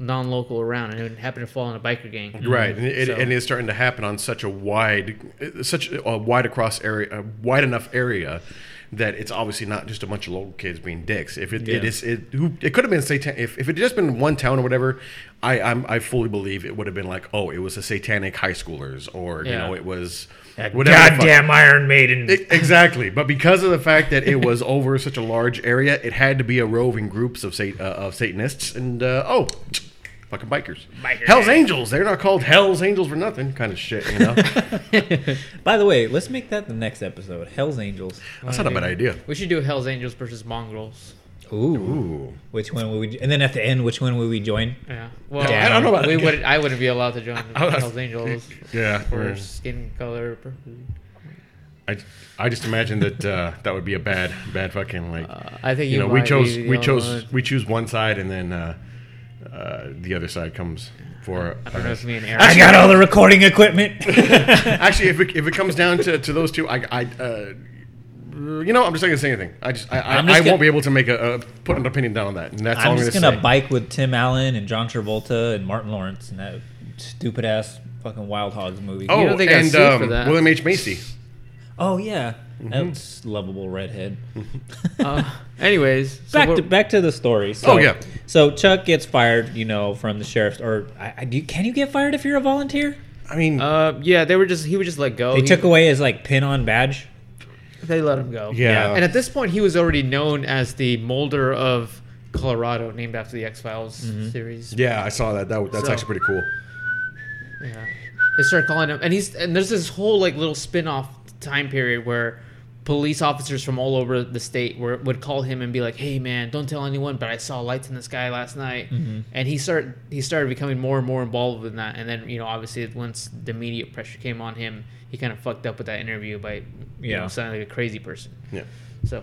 Speaker 2: non local around and it happened to fall on a biker gang.
Speaker 4: Right, and it,
Speaker 2: Mm-hmm. So-
Speaker 4: and it's starting to happen on such a wide, such a wide across area, a wide enough area that it's obviously not just a bunch of local kids being dicks. If it, it
Speaker 3: Yeah.
Speaker 4: is it who it could have been satan if, if it had just been one town or whatever, I I'm, I fully believe it would have been like oh it was a satanic high schoolers or you
Speaker 2: Yeah.
Speaker 4: know it was the fuck-
Speaker 3: Goddamn Iron Maiden.
Speaker 4: E- exactly, but because of the fact that it was over such a large area, it had to be a roving groups of sat- uh, of Satanists and uh, oh, fucking bikers.
Speaker 3: Bikers.
Speaker 4: Hell's Angels. They're not called Hell's Angels for nothing. Kind of shit, you know.
Speaker 3: By the way, let's make that the next episode. Hell's Angels.
Speaker 4: That's not a bad idea.
Speaker 2: We should do Hell's Angels versus Mongrels.
Speaker 3: Ooh.
Speaker 4: Ooh,
Speaker 3: Which one will we? And then at the end, which one will we join?
Speaker 2: Yeah. Well,
Speaker 3: I don't
Speaker 4: know about-
Speaker 2: we would. I wouldn't be allowed to join Hell's Angels
Speaker 4: yeah.
Speaker 2: for
Speaker 4: we're-
Speaker 2: skin color. purposes.
Speaker 4: I, I just imagine that uh, that would be a bad bad fucking like.
Speaker 3: Uh,
Speaker 2: I think
Speaker 4: you know,
Speaker 2: Uh, might
Speaker 4: we
Speaker 2: be
Speaker 4: chose
Speaker 2: the
Speaker 4: we
Speaker 2: only
Speaker 4: chose
Speaker 2: one.
Speaker 4: we choose one side and then uh, uh, the other side comes for.
Speaker 2: I don't know if me and Aaron.
Speaker 3: I got all the recording equipment.
Speaker 4: Actually, if it, if it comes down to, to those two, I, I uh, you know, I'm just not gonna say anything. I just I, I,
Speaker 3: I'm just
Speaker 4: I
Speaker 3: gonna-
Speaker 4: won't be able to make a, a put an opinion down on that, and that's all
Speaker 3: I'm
Speaker 4: I'm
Speaker 3: just
Speaker 4: gonna,
Speaker 3: gonna bike with Tim Allen and John Travolta and Martin Lawrence in that stupid ass fucking Wild Hogs movie.
Speaker 4: say.
Speaker 2: You
Speaker 4: oh,
Speaker 2: don't think I
Speaker 4: and
Speaker 2: sued for
Speaker 4: um,
Speaker 2: that.
Speaker 4: William H Macy.
Speaker 3: Oh, yeah,
Speaker 4: Mm-hmm.
Speaker 3: that's lovable redhead.
Speaker 2: Uh, anyways, so
Speaker 3: back
Speaker 2: we're-
Speaker 3: to back to the story. So,
Speaker 4: Oh, yeah.
Speaker 3: So Chuck gets fired, you know, from the sheriff's. Or I, I, do you, can you get fired if you're a volunteer?
Speaker 4: I mean,
Speaker 2: Uh, yeah, they were just he would just let go.
Speaker 4: Oh,
Speaker 3: They
Speaker 2: He-
Speaker 3: took away his like pin on badge.
Speaker 2: They let him go.
Speaker 4: yeah.
Speaker 2: And at this point, he was already known as the Molder of Colorado, named after the X Files series.
Speaker 4: yeah, I saw that. that that's
Speaker 2: So-
Speaker 4: actually pretty cool.
Speaker 2: Yeah. They start calling him, and he's and there's this whole like little spin-off time period where police officers from all over the state were, would call him and be like, "Hey man, don't tell anyone, but I saw lights in the sky last night." And he started he started becoming more and more involved in that, and then you know obviously once the media pressure came on him, he kind of fucked up with that interview by you
Speaker 3: Yeah.
Speaker 2: know, sounding like a crazy person.
Speaker 4: Yeah.
Speaker 2: So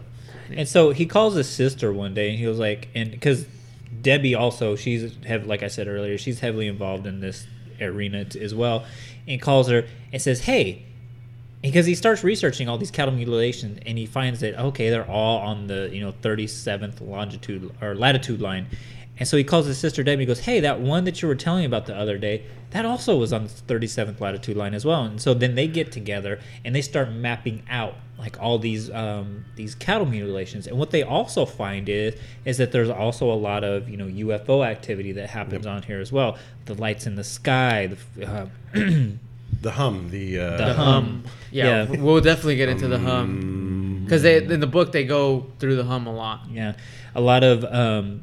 Speaker 3: And so he calls his sister one day, and he was like, and because Debbie also, she's have like I said earlier, she's heavily involved in this arena t- as well, and calls her and says, "Hey," because he starts researching all these cattle mutilations, and he finds that okay, they're all on the you know 37th longitude or latitude line. And so he calls his sister Debbie and goes, Hey, that one that you were telling me about the other day, that also was on the 37th latitude line as well. And so then they get together and they start mapping out like all these um, these cattle mutilations. And what they also find is is that there's also a lot of you know UFO activity that happens on here as well. The lights in the sky, the, f- uh,
Speaker 4: The hum, the, uh,
Speaker 3: the hum.
Speaker 2: yeah,
Speaker 3: Yeah.
Speaker 2: we'll definitely get into the hum because they in the book they go through the hum a lot.
Speaker 3: Yeah, a lot of um,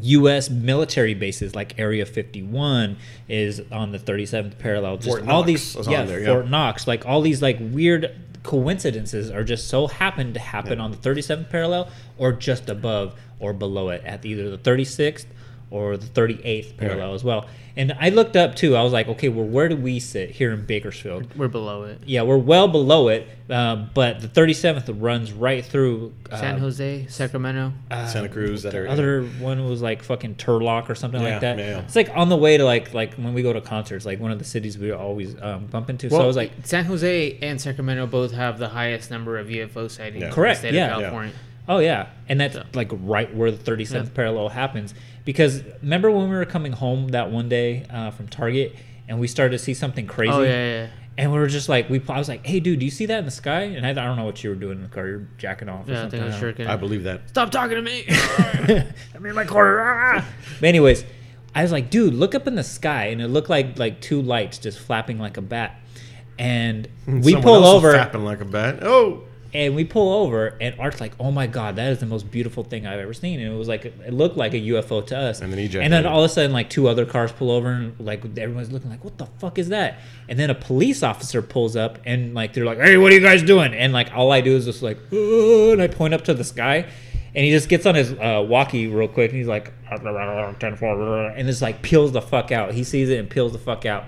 Speaker 3: U.S. military bases like Area 51 is on the 37th parallel. Just
Speaker 4: Fort
Speaker 3: all
Speaker 4: Knox
Speaker 3: these,
Speaker 4: is on
Speaker 3: yeah,
Speaker 4: there, yeah.
Speaker 3: Fort Knox. Like all these like weird coincidences are just so happen to happen on the 37th parallel or just above or below it at either the 36th or the 38th parallel as well. And I looked up too. I was like, okay, well, where do we sit here in Bakersfield?
Speaker 2: We're below it.
Speaker 3: Yeah, we're well below it, uh, but the 37th runs right through uh,
Speaker 2: San Jose, Sacramento.
Speaker 4: Santa Cruz, that area.
Speaker 3: other one was like fucking Turlock or something
Speaker 4: Yeah,
Speaker 3: like that.
Speaker 4: yeah.
Speaker 3: It's like on the way to like like when we go to concerts, like one of the cities we always um, bump into. so I was like,
Speaker 2: San Jose and Sacramento both have the highest number of UFO sightings. in
Speaker 3: Correct,
Speaker 2: The state
Speaker 3: yeah.
Speaker 2: Of California.
Speaker 3: oh yeah, and that's like right where the 37th parallel happens. Because remember when we were coming home that one day uh, from Target and we started to see something crazy.
Speaker 2: Oh yeah, yeah. yeah.
Speaker 3: And we were just like, we. I was like, "Hey, dude, do you see that in the sky?" And I, I don't know what you were doing in the car. You're jacking off or
Speaker 2: Yeah, I
Speaker 3: something.
Speaker 2: think I was
Speaker 3: don't know.
Speaker 2: shirking.
Speaker 4: I believe that.
Speaker 2: Stop talking to me.
Speaker 3: I mean, my quarter. ah! But anyways, I was like, dude, look up in the sky, and it looked like like two lights just flapping like a bat. And we
Speaker 4: Hmm, Someone
Speaker 3: pull
Speaker 4: else is
Speaker 3: over,
Speaker 4: fapping like a bat. Oh,
Speaker 3: and we pull over, and Art's like, "Oh my god, that is the most beautiful thing I've ever seen." And it was like it looked like a UFO to us.
Speaker 4: And then E he
Speaker 3: and then
Speaker 4: ejaculated.
Speaker 3: all of a sudden, like two other cars pull over, and like everyone's looking like, "What the fuck is that?" And then a police officer pulls up, and like they're like, "Hey, what are you guys doing?" And like all I do is just like, "Oh," and I point up to the sky. And he just gets on his uh, walkie real quick, and he's like, "10 forward," and just like peels the fuck out. He sees it and peels the fuck out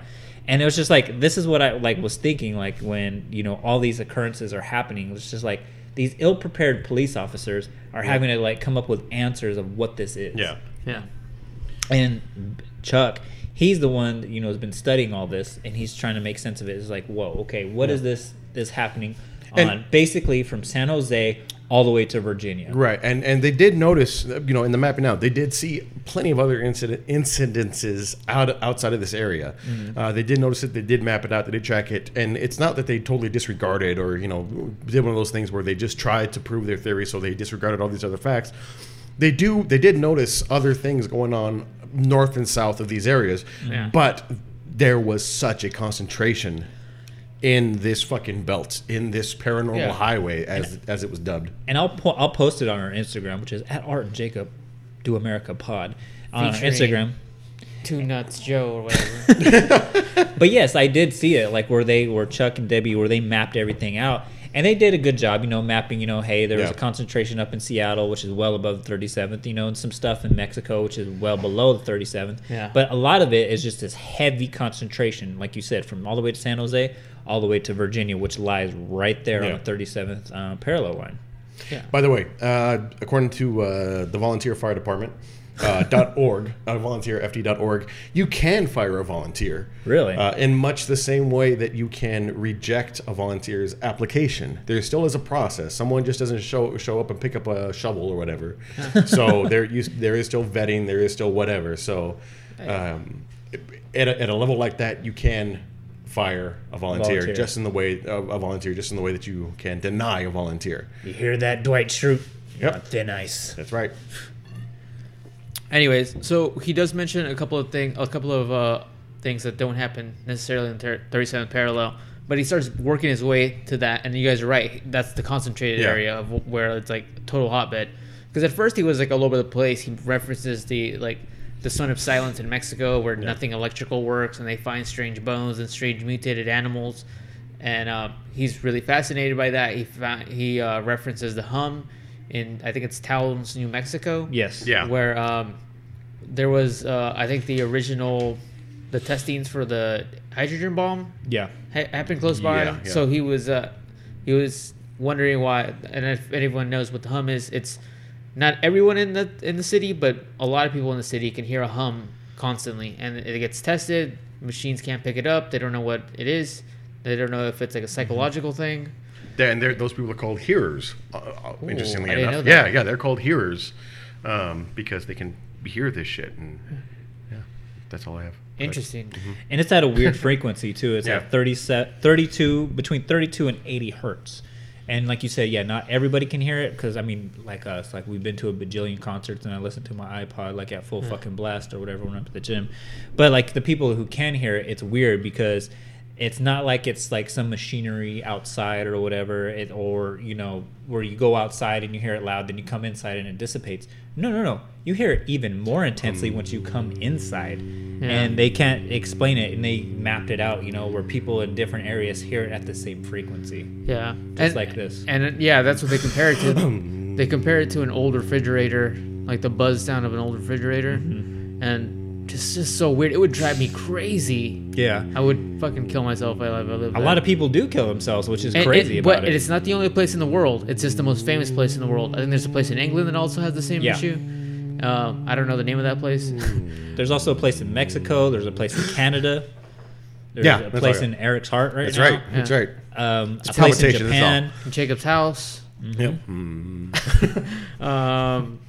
Speaker 3: and it was just like this is what i like was thinking like when you know all these occurrences are happening it's just like these ill-prepared police officers are having to like come up with answers of what this is
Speaker 4: yeah.
Speaker 2: yeah.
Speaker 3: and chuck he's the one that, you know has been studying all this and he's trying to make sense of it it's like whoa okay what is this this happening on
Speaker 4: And-
Speaker 3: basically from san jose all the way to Virginia.
Speaker 4: Right, and and they did notice, you know, in the mapping out, they did see plenty of other incident incidences out outside of this area. Uh, they did notice it. They did map it out. They did track it, and it's not that they totally disregarded or you know did one of those things where they just tried to prove their theory, so they disregarded all these other facts. They do. They did notice other things going on north and south of these areas, but there was such a concentration in this fucking belt, in this paranormal
Speaker 3: Yeah.
Speaker 4: highway, as as it was dubbed.
Speaker 3: and I'll po- I'll post it on our Instagram, which is at Art and Jacob Do America Pod on our
Speaker 2: Featuring-
Speaker 3: Instagram.
Speaker 2: Two Nuts Joe or whatever.
Speaker 3: But yes, I did see it, like where they where Chuck and Debbie where they mapped everything out, and they did a good job, you know, mapping. You know, hey, there was
Speaker 4: Yeah.
Speaker 3: a concentration up in Seattle, which is well above the 37th, you know, and some stuff in Mexico, which is well below the 37th.
Speaker 2: Yeah.
Speaker 3: But a lot of it is just this heavy concentration, like you said, from all the way to San Jose, all the way to Virginia, which lies right there
Speaker 4: Yeah.
Speaker 3: on the 37th uh, parallel line.
Speaker 4: By the way, uh, according to uh, the Volunteer Fire Department uh, dot org, uh, volunteerfd.org, you can fire a volunteer.
Speaker 3: Really?
Speaker 4: Uh, in much the same way that you can reject a volunteer's application. There still is a process. Someone just doesn't show show up and pick up a shovel or whatever. so there you, there is still vetting. There is still whatever. So um, at, a, at a level like that, you can fire a volunteer,
Speaker 3: Volunteer.
Speaker 4: just in the way a, a volunteer just in the way that you can deny a volunteer.
Speaker 3: You hear that, Dwight Schrute?
Speaker 4: Yep. on
Speaker 3: thin ice.
Speaker 4: That's right.
Speaker 2: Anyways, so he does mention a couple of things, a couple of uh, things that don't happen necessarily in thir- 37th parallel, but he starts working his way to that. And you guys are right; that's the concentrated
Speaker 4: Yeah.
Speaker 2: area of wh- where it's like total hotbed. Because at first he was like all over the place. He references the like the Son of Silence in Mexico, where nothing electrical works, and they find strange bones and strange mutated animals. And uh, he's really fascinated by that. He found, he uh, references the hum in I think it's Taos, New Mexico
Speaker 3: Yes.
Speaker 4: Yeah.
Speaker 2: where um, there was uh, I think the original the testings for the hydrogen bomb
Speaker 3: Yeah.
Speaker 2: ha- happened close by.
Speaker 4: Yeah, yeah.
Speaker 2: So he was uh, he was wondering why. And if anyone knows what the hum is, it's not everyone in the in the city, but a lot of people in the city can hear a hum constantly, and it gets tested. Machines can't pick it up. They don't know what it is. They don't know if it's like a psychological
Speaker 4: Mm-hmm.
Speaker 2: thing.
Speaker 4: And they're, those people are called hearers. uh, Uh, interestingly
Speaker 2: I didn't
Speaker 4: enough,
Speaker 2: know that.
Speaker 4: yeah, yeah, they're called hearers um, because they can hear this shit. And yeah, that's all I have. But-
Speaker 2: Interesting.
Speaker 4: Mm-hmm.
Speaker 3: And it's at a weird frequency too. It's
Speaker 4: Yeah.
Speaker 3: at 30, se- 32 between 32 and 80 hertz. And like you said, yeah, not everybody can hear it because I mean, like us, like we've been to a bajillion concerts and I listen to my iPod like at full fucking blast or whatever when I'm at the gym. But like the people who can hear it, it's weird because it's not like it's like some machinery outside or whatever, it, or you know, where you go outside and you hear it loud, then you come inside and it dissipates. No, no, no. You hear it even more intensely once you come inside, and they can't explain it, and they mapped it out. You know, where people in different areas hear it at the same frequency.
Speaker 2: Yeah,
Speaker 3: Just like this.
Speaker 2: And it- yeah, that's what they compare it to. they compare it to an old refrigerator, like the buzz sound of an old refrigerator,
Speaker 3: Mm-hmm.
Speaker 2: and just just so weird. It would drive me crazy.
Speaker 3: Yeah.
Speaker 2: I would fucking kill myself if I if I lived.
Speaker 3: A lot of people do kill themselves, which is crazy
Speaker 2: it,
Speaker 3: about
Speaker 2: but
Speaker 3: it.
Speaker 2: it's not the only place in the world. It's just the most famous place in the world. I think there's a place in England that also has the same
Speaker 3: Yeah.
Speaker 2: issue. Um, I don't know the name of that place.
Speaker 3: There's also a place in Mexico. There's a place in Canada. There's
Speaker 4: Yeah,
Speaker 3: a
Speaker 4: that's
Speaker 3: place
Speaker 4: right.
Speaker 3: in Eric's heart right
Speaker 4: That's
Speaker 3: now.
Speaker 4: right. That's right.
Speaker 3: Um, a place in
Speaker 4: palpitation, that's all.
Speaker 3: Japan.
Speaker 2: Jacob's house.
Speaker 4: Yep.
Speaker 3: Mm-hmm.
Speaker 2: Um,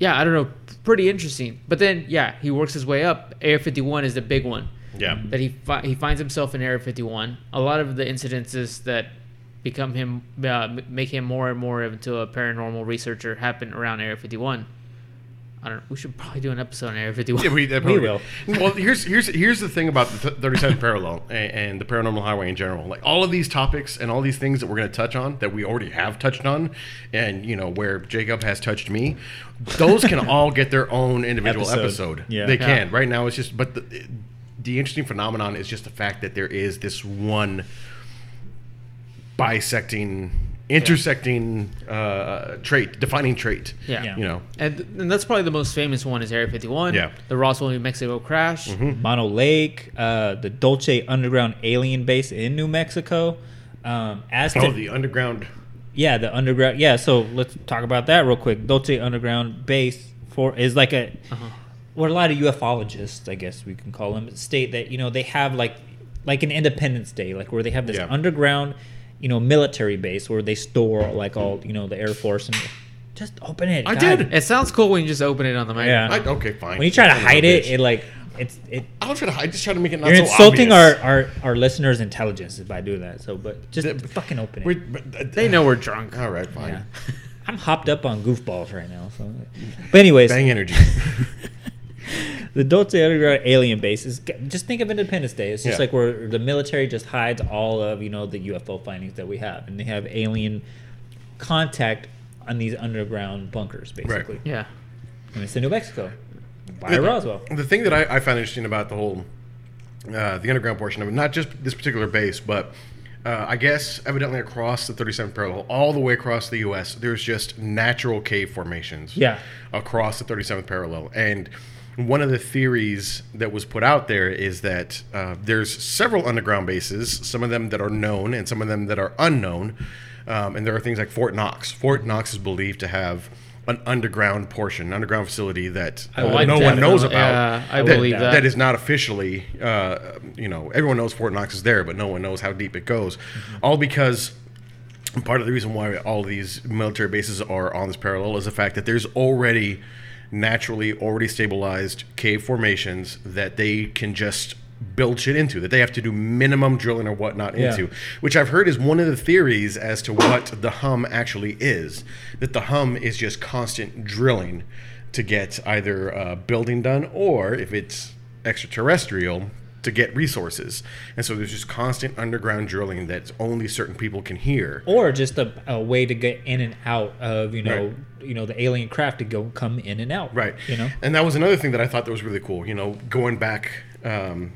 Speaker 2: yeah, I don't know. Pretty interesting. But then, yeah, he works his way up. Air 51 is the big one.
Speaker 4: Yeah.
Speaker 2: that he fi- he finds himself in Area 51. A lot of the incidences that become him uh, m- make him more and more into a paranormal researcher happen around Area 51. I don't. know. We should probably do an episode on Area 51.
Speaker 4: Yeah, we, that
Speaker 3: We
Speaker 4: probably-
Speaker 3: will.
Speaker 4: Well, here's here's here's the thing about the th- 37th parallel and, and the paranormal highway in general. Like all of these topics and all these things that we're going to touch on that we already have touched on, and you know where Jacob has touched me, those can all get their own individual
Speaker 3: Episode.
Speaker 4: episode.
Speaker 3: Yeah.
Speaker 4: they
Speaker 3: Yeah.
Speaker 4: can. Right now, it's just but the the interesting phenomenon is just the fact that there is this one bisecting, intersecting uh, trait, defining trait.
Speaker 2: Yeah.
Speaker 4: you know.
Speaker 2: And, and that's probably the most famous one is Area 51.
Speaker 4: Yeah. Mm-hmm.
Speaker 2: The Roswell, New Mexico crash.
Speaker 3: Mono Lake, uh, the Dolce Underground Alien Base in New Mexico. Um, as to,
Speaker 4: Oh, the underground.
Speaker 3: yeah, the underground. Yeah, so let's talk about that real quick. Dolce Underground Base for is like a
Speaker 4: Uh-huh.
Speaker 3: what a lot of ufologists, I guess we can call them, state that you know they have like like an Independence Day, like where they have this
Speaker 4: Yeah.
Speaker 3: underground you know, military base where they store like all, you know, the Air Force and just open it.
Speaker 4: I
Speaker 3: God.
Speaker 4: did.
Speaker 2: It sounds cool when you just open it on the mic.
Speaker 3: Yeah.
Speaker 4: I, oh okay, fine.
Speaker 3: When you try to hide it,
Speaker 4: Bitch.
Speaker 3: it like it's it.
Speaker 4: I don't try to hide. Just try to make it not
Speaker 3: You're
Speaker 4: so
Speaker 3: insulting our,
Speaker 4: obvious.
Speaker 3: our our listeners' intelligence by doing that. So, but just
Speaker 4: Th-
Speaker 3: fucking open it.
Speaker 4: We're- but- uh,
Speaker 2: They know we're drunk.
Speaker 4: All right, fine.
Speaker 3: Yeah. I'm hopped up on goofballs right now. So, but anyways,
Speaker 4: Bang energy.
Speaker 3: the Dulce Aurora alien base is just think of Independence Day. It's just
Speaker 4: Yeah.
Speaker 3: like where the military just hides all of you know the UFO findings that we have, and they have alien contact on these underground bunkers basically.
Speaker 2: Yeah.
Speaker 3: And it's in New Mexico by Roswell.
Speaker 4: The thing that I, I found interesting about the whole uh, the underground portion of it, not just this particular base, but uh, I guess evidently across the 37th parallel, all the way across the U.S., there's just natural cave formations.
Speaker 3: Yeah.
Speaker 4: across the 37th parallel. And one of the theories that was put out there is that uh, there's several underground bases, some of them that are known and some of them that are unknown. Um, and there are things like Fort Knox. Fort Knox is believed to have an underground portion, an underground facility that
Speaker 3: I
Speaker 4: uh,
Speaker 3: like
Speaker 4: no
Speaker 3: that.
Speaker 4: one knows about.
Speaker 2: Yeah, I believe that.
Speaker 4: That is not officially, uh, you know, everyone knows Fort Knox is there, but no one knows how deep it goes.
Speaker 2: Mm-hmm.
Speaker 4: All because and part of the reason why all these military bases are on this parallel is the fact that there's already naturally already stabilized cave formations that they can just build shit into that they have to do minimum drilling or whatnot
Speaker 3: Yeah.
Speaker 4: into which i've heard is one of the theories as to what the hum actually is that the hum is just constant drilling to get either uh, building done or if it's extraterrestrial to get resources and so there's just constant underground drilling that only certain people can hear
Speaker 3: Or just a, a way to get in and out of you know
Speaker 4: Right.
Speaker 3: you know the alien craft to go come in and out.
Speaker 4: Right.
Speaker 3: You know.
Speaker 4: And that was another thing that I thought that was really cool. You know, going back um,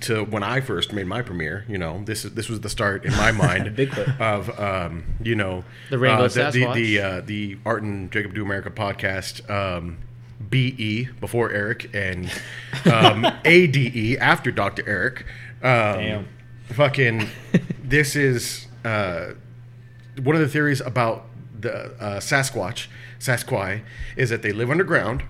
Speaker 4: to when I first made my premiere. You know, this is this was the start in my mind
Speaker 3: Bigfoot.
Speaker 4: of um, you know
Speaker 2: The Rainbow
Speaker 4: uh, the the
Speaker 2: Sasquatch.
Speaker 4: the, uh, the Art and Jacob Do America podcast. Um, BE before Eric and um, ADE after Dr. Eric. Um,
Speaker 3: Damn.
Speaker 4: Fucking, this is uh, one of the theories about the uh, Sasquatch, Sasquai, is that they live underground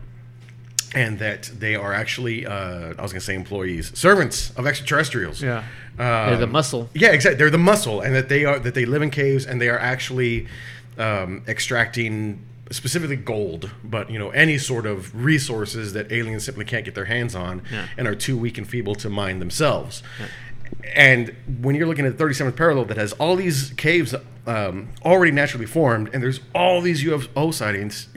Speaker 4: and that they are actually, uh, I was going to say employees, servants of extraterrestrials.
Speaker 2: Yeah.
Speaker 4: Um,
Speaker 2: They're the muscle.
Speaker 4: Yeah, exactly. They're the muscle, and that they are that they live in caves, and they are actually um, extracting specifically gold, but you know any sort of resources that aliens simply can't get their hands on, and are too weak and feeble to mine themselves. And when you're looking at the 37th parallel that has all these caves um, already naturally formed, and there's all these UFO sightings,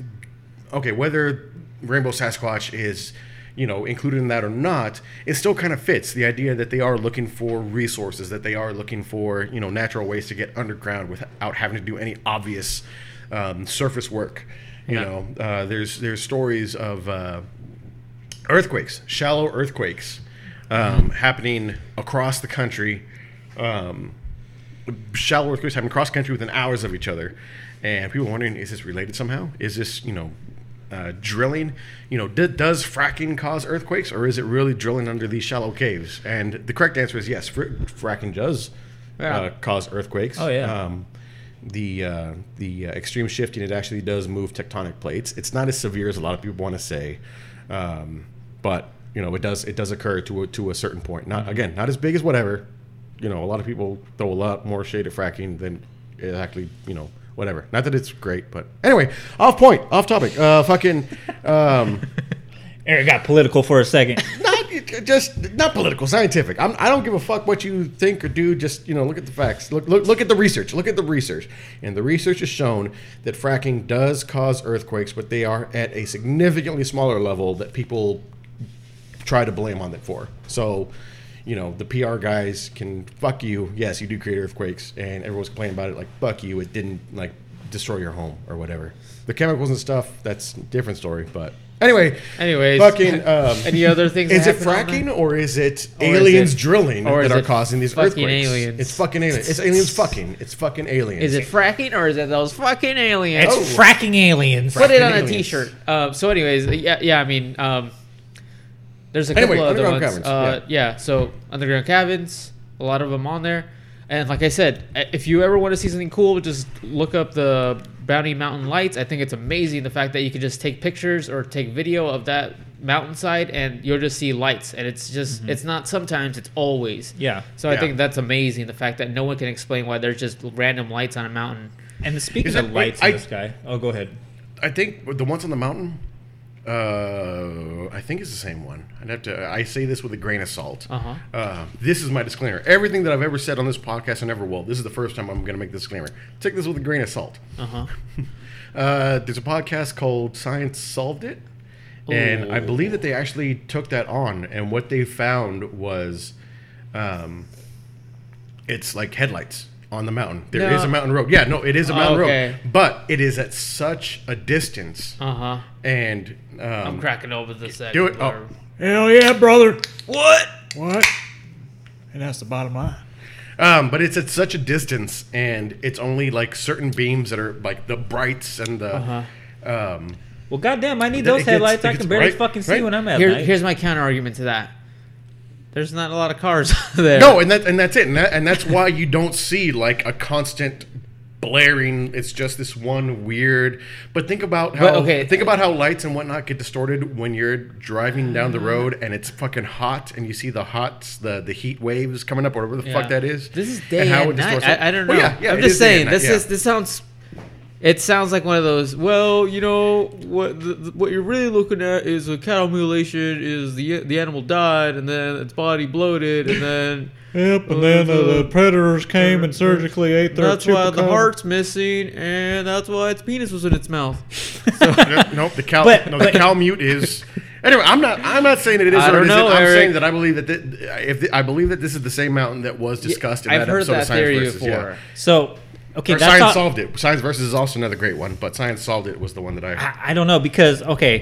Speaker 4: okay, whether Rainbow Sasquatch is, you know, included in that or not, it still kind of fits the idea that they are looking for resources, that they are looking for, you know, natural ways to get underground without having to do any obvious um, surface work. You know, uh, there's there's stories of uh, earthquakes, shallow earthquakes
Speaker 3: Mm-hmm.
Speaker 4: um, happening across the country. Um, shallow earthquakes happening across the country within hours of each other, and people wondering is this related somehow? Is this you know uh, drilling? You know, d- does fracking cause earthquakes, or is it really drilling under these shallow caves? And the correct answer is yes, fr- fracking does uh, cause earthquakes.
Speaker 3: Oh, yeah.
Speaker 4: Um, the uh, the uh, extreme shifting it actually does move tectonic plates. It's not as severe as a lot of people want to say, um, but you know it does it does occur to a, to a certain point. Not again not as big as whatever. You know a lot of people throw a lot more shade at fracking than it actually you know whatever. Not that it's great, but anyway, off point, off topic. Uh, fucking. Um,
Speaker 3: Eric got political for a second.
Speaker 4: not just not political, scientific. I'm, I don't give a fuck what you think or do. Just you know, look at the facts. Look, look, look at the research. Look at the research, and the research has shown that fracking does cause earthquakes, but they are at a significantly smaller level that people try to blame on it for. So, you know, the PR guys can fuck you. Yes, you do create earthquakes, and everyone's complaining about it. Like fuck you, it didn't like destroy your home or whatever. The chemicals and stuff, that's a different story. But anyway,
Speaker 2: Anyways,
Speaker 4: fucking um,
Speaker 2: any other things?
Speaker 4: is
Speaker 2: that
Speaker 4: it
Speaker 2: happened on
Speaker 4: fracking
Speaker 2: that?
Speaker 4: or is it
Speaker 2: Or is
Speaker 4: aliens
Speaker 2: it-
Speaker 4: drilling
Speaker 2: or
Speaker 4: that
Speaker 2: is
Speaker 4: are
Speaker 2: it
Speaker 4: causing these
Speaker 2: fucking
Speaker 4: earthquakes?
Speaker 2: aliens?
Speaker 4: It's fucking aliens. It's aliens fucking. It's fucking aliens.
Speaker 2: Is it fracking or is it those fucking aliens?
Speaker 4: Oh.
Speaker 3: It's fracking aliens.
Speaker 2: Put it on
Speaker 4: Aliens.
Speaker 2: a T-shirt. Um, so, anyways, yeah, yeah. I mean, um, there's a couple
Speaker 4: Anyway,
Speaker 2: of other ones.
Speaker 4: underground caverns,
Speaker 2: uh, yeah. So underground cabins, a lot of them on there. And like I said, i- if you ever want to see something cool, just look up the Bounty Mountain lights. I think it's amazing the fact that you can just take pictures or take video of that mountainside and you'll just see lights and it's just it's not sometimes it's always
Speaker 3: Yeah.
Speaker 2: so i
Speaker 4: Yeah.
Speaker 2: think that's amazing the fact that no one can explain why there's just random lights on a mountain
Speaker 3: And the speaking
Speaker 4: Is
Speaker 3: of
Speaker 4: that- wait,
Speaker 3: lights
Speaker 4: I-
Speaker 3: in the sky, oh, go ahead.
Speaker 4: I think the ones on the mountain. Uh, I think it's the same one. I'd have to. I say this with a grain of salt.
Speaker 2: Uh-huh.
Speaker 4: Uh, this is my disclaimer. Everything that I've ever said on this podcast and ever will. This is the first time I'm going to make this disclaimer. Take this with a grain of salt.
Speaker 2: uh-huh
Speaker 4: Uh, there's a podcast called Science Solved It. And I believe that they actually took that on. And what they found was um, it's like headlights on the mountain. There is
Speaker 2: No.
Speaker 4: a mountain road. Yeah, no, it is a mountain
Speaker 2: Okay.
Speaker 4: road. But it is at such a distance.
Speaker 2: uh-huh
Speaker 4: And um,
Speaker 2: i'm cracking over the second
Speaker 4: do it. Oh.
Speaker 2: blurb.
Speaker 5: Hell yeah, brother. What? What? And that's the bottom line.
Speaker 4: Um, but it's at such a distance, and it's only like certain beams that are like the brights and the.
Speaker 2: Uh-huh.
Speaker 4: Um,
Speaker 3: Well, goddamn, I need
Speaker 4: That-
Speaker 3: those
Speaker 4: it gets-
Speaker 3: headlights.
Speaker 4: it
Speaker 3: I can
Speaker 4: gets
Speaker 3: barely
Speaker 4: bright-
Speaker 3: fucking see
Speaker 4: right?
Speaker 3: when I'm at
Speaker 2: Here,
Speaker 3: night.
Speaker 2: here's my counter argument to that there's not a lot of cars there
Speaker 4: no, and that and that's it, and, that, and that's why you don't see like a constant blaring. It's just this one weird. But think about how
Speaker 2: But, okay.
Speaker 4: think about how lights and whatnot get distorted when you're driving down the road and it's fucking hot, and you see the hot the the heat waves coming up, or whatever the fuck
Speaker 2: Yeah.
Speaker 4: that is.
Speaker 2: This is
Speaker 4: and
Speaker 2: day and,
Speaker 4: how it
Speaker 2: night.
Speaker 4: distorts it.
Speaker 2: I, I don't know.
Speaker 4: Well, yeah, yeah,
Speaker 2: I'm
Speaker 4: it
Speaker 2: just
Speaker 4: is day and
Speaker 2: saying.
Speaker 4: night,
Speaker 2: This
Speaker 4: yeah.
Speaker 2: is this sounds. It sounds like one of those. Well, you know what the, the- what you're really looking at is a cattle mutilation. Is the the animal died and then its body bloated and then
Speaker 5: Yep, and then uh, the predators came and surgically ate their
Speaker 2: that's why the
Speaker 5: chupacabra.
Speaker 2: heart's missing and that's why its penis was in its mouth.
Speaker 4: No, nope, the cow.
Speaker 3: But-
Speaker 4: no, the cow mute is. Anyway, I'm not. I'm not saying that it is
Speaker 2: I
Speaker 4: or
Speaker 2: don't
Speaker 4: it isn't.
Speaker 2: know,
Speaker 4: I'm
Speaker 2: Eric.
Speaker 4: saying that I believe that thi- if the, I believe that this is the same mountain that was discussed in
Speaker 2: I've
Speaker 4: that
Speaker 2: heard
Speaker 4: episode
Speaker 2: that
Speaker 4: of Science
Speaker 2: theory
Speaker 4: Versus.
Speaker 2: before.
Speaker 4: Yeah.
Speaker 3: so, okay,
Speaker 4: Or
Speaker 3: that's
Speaker 4: Science
Speaker 3: how,
Speaker 4: solved it. Science Versus is also another great one, but Science solved it was the one that I.
Speaker 3: I, I don't know because okay.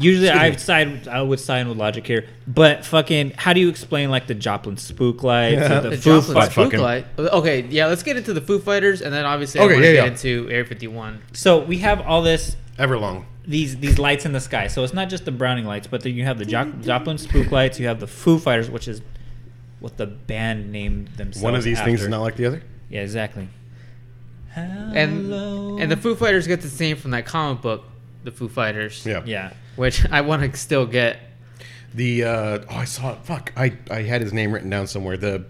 Speaker 3: Usually I side I would side with logic here, but fucking how do you explain like the Joplin spook lights, or the,
Speaker 2: The
Speaker 3: Foo
Speaker 2: Joplin
Speaker 3: Fighters?
Speaker 2: spook
Speaker 4: fucking-
Speaker 2: light. Okay, yeah. Let's get into the Foo Fighters and then obviously I
Speaker 4: Okay,
Speaker 2: want to
Speaker 4: yeah,
Speaker 2: get
Speaker 4: yeah.
Speaker 2: into Air 51.
Speaker 3: So we have all this
Speaker 4: Everlong.
Speaker 3: these these lights in the sky. So it's not just the Browning lights, but then you have the jo- Joplin spook lights. You have the Foo Fighters, which is what the band named themselves.
Speaker 4: One of these things is
Speaker 3: after.
Speaker 4: not like the other.
Speaker 3: Yeah, exactly.
Speaker 2: And
Speaker 3: Hello.
Speaker 2: and the Foo Fighters get the name from that comic book, the Foo Fighters.
Speaker 4: Yeah.
Speaker 3: yeah.
Speaker 2: which I want to still get.
Speaker 4: The uh, oh, I saw it. Fuck, I I had his name written down somewhere. The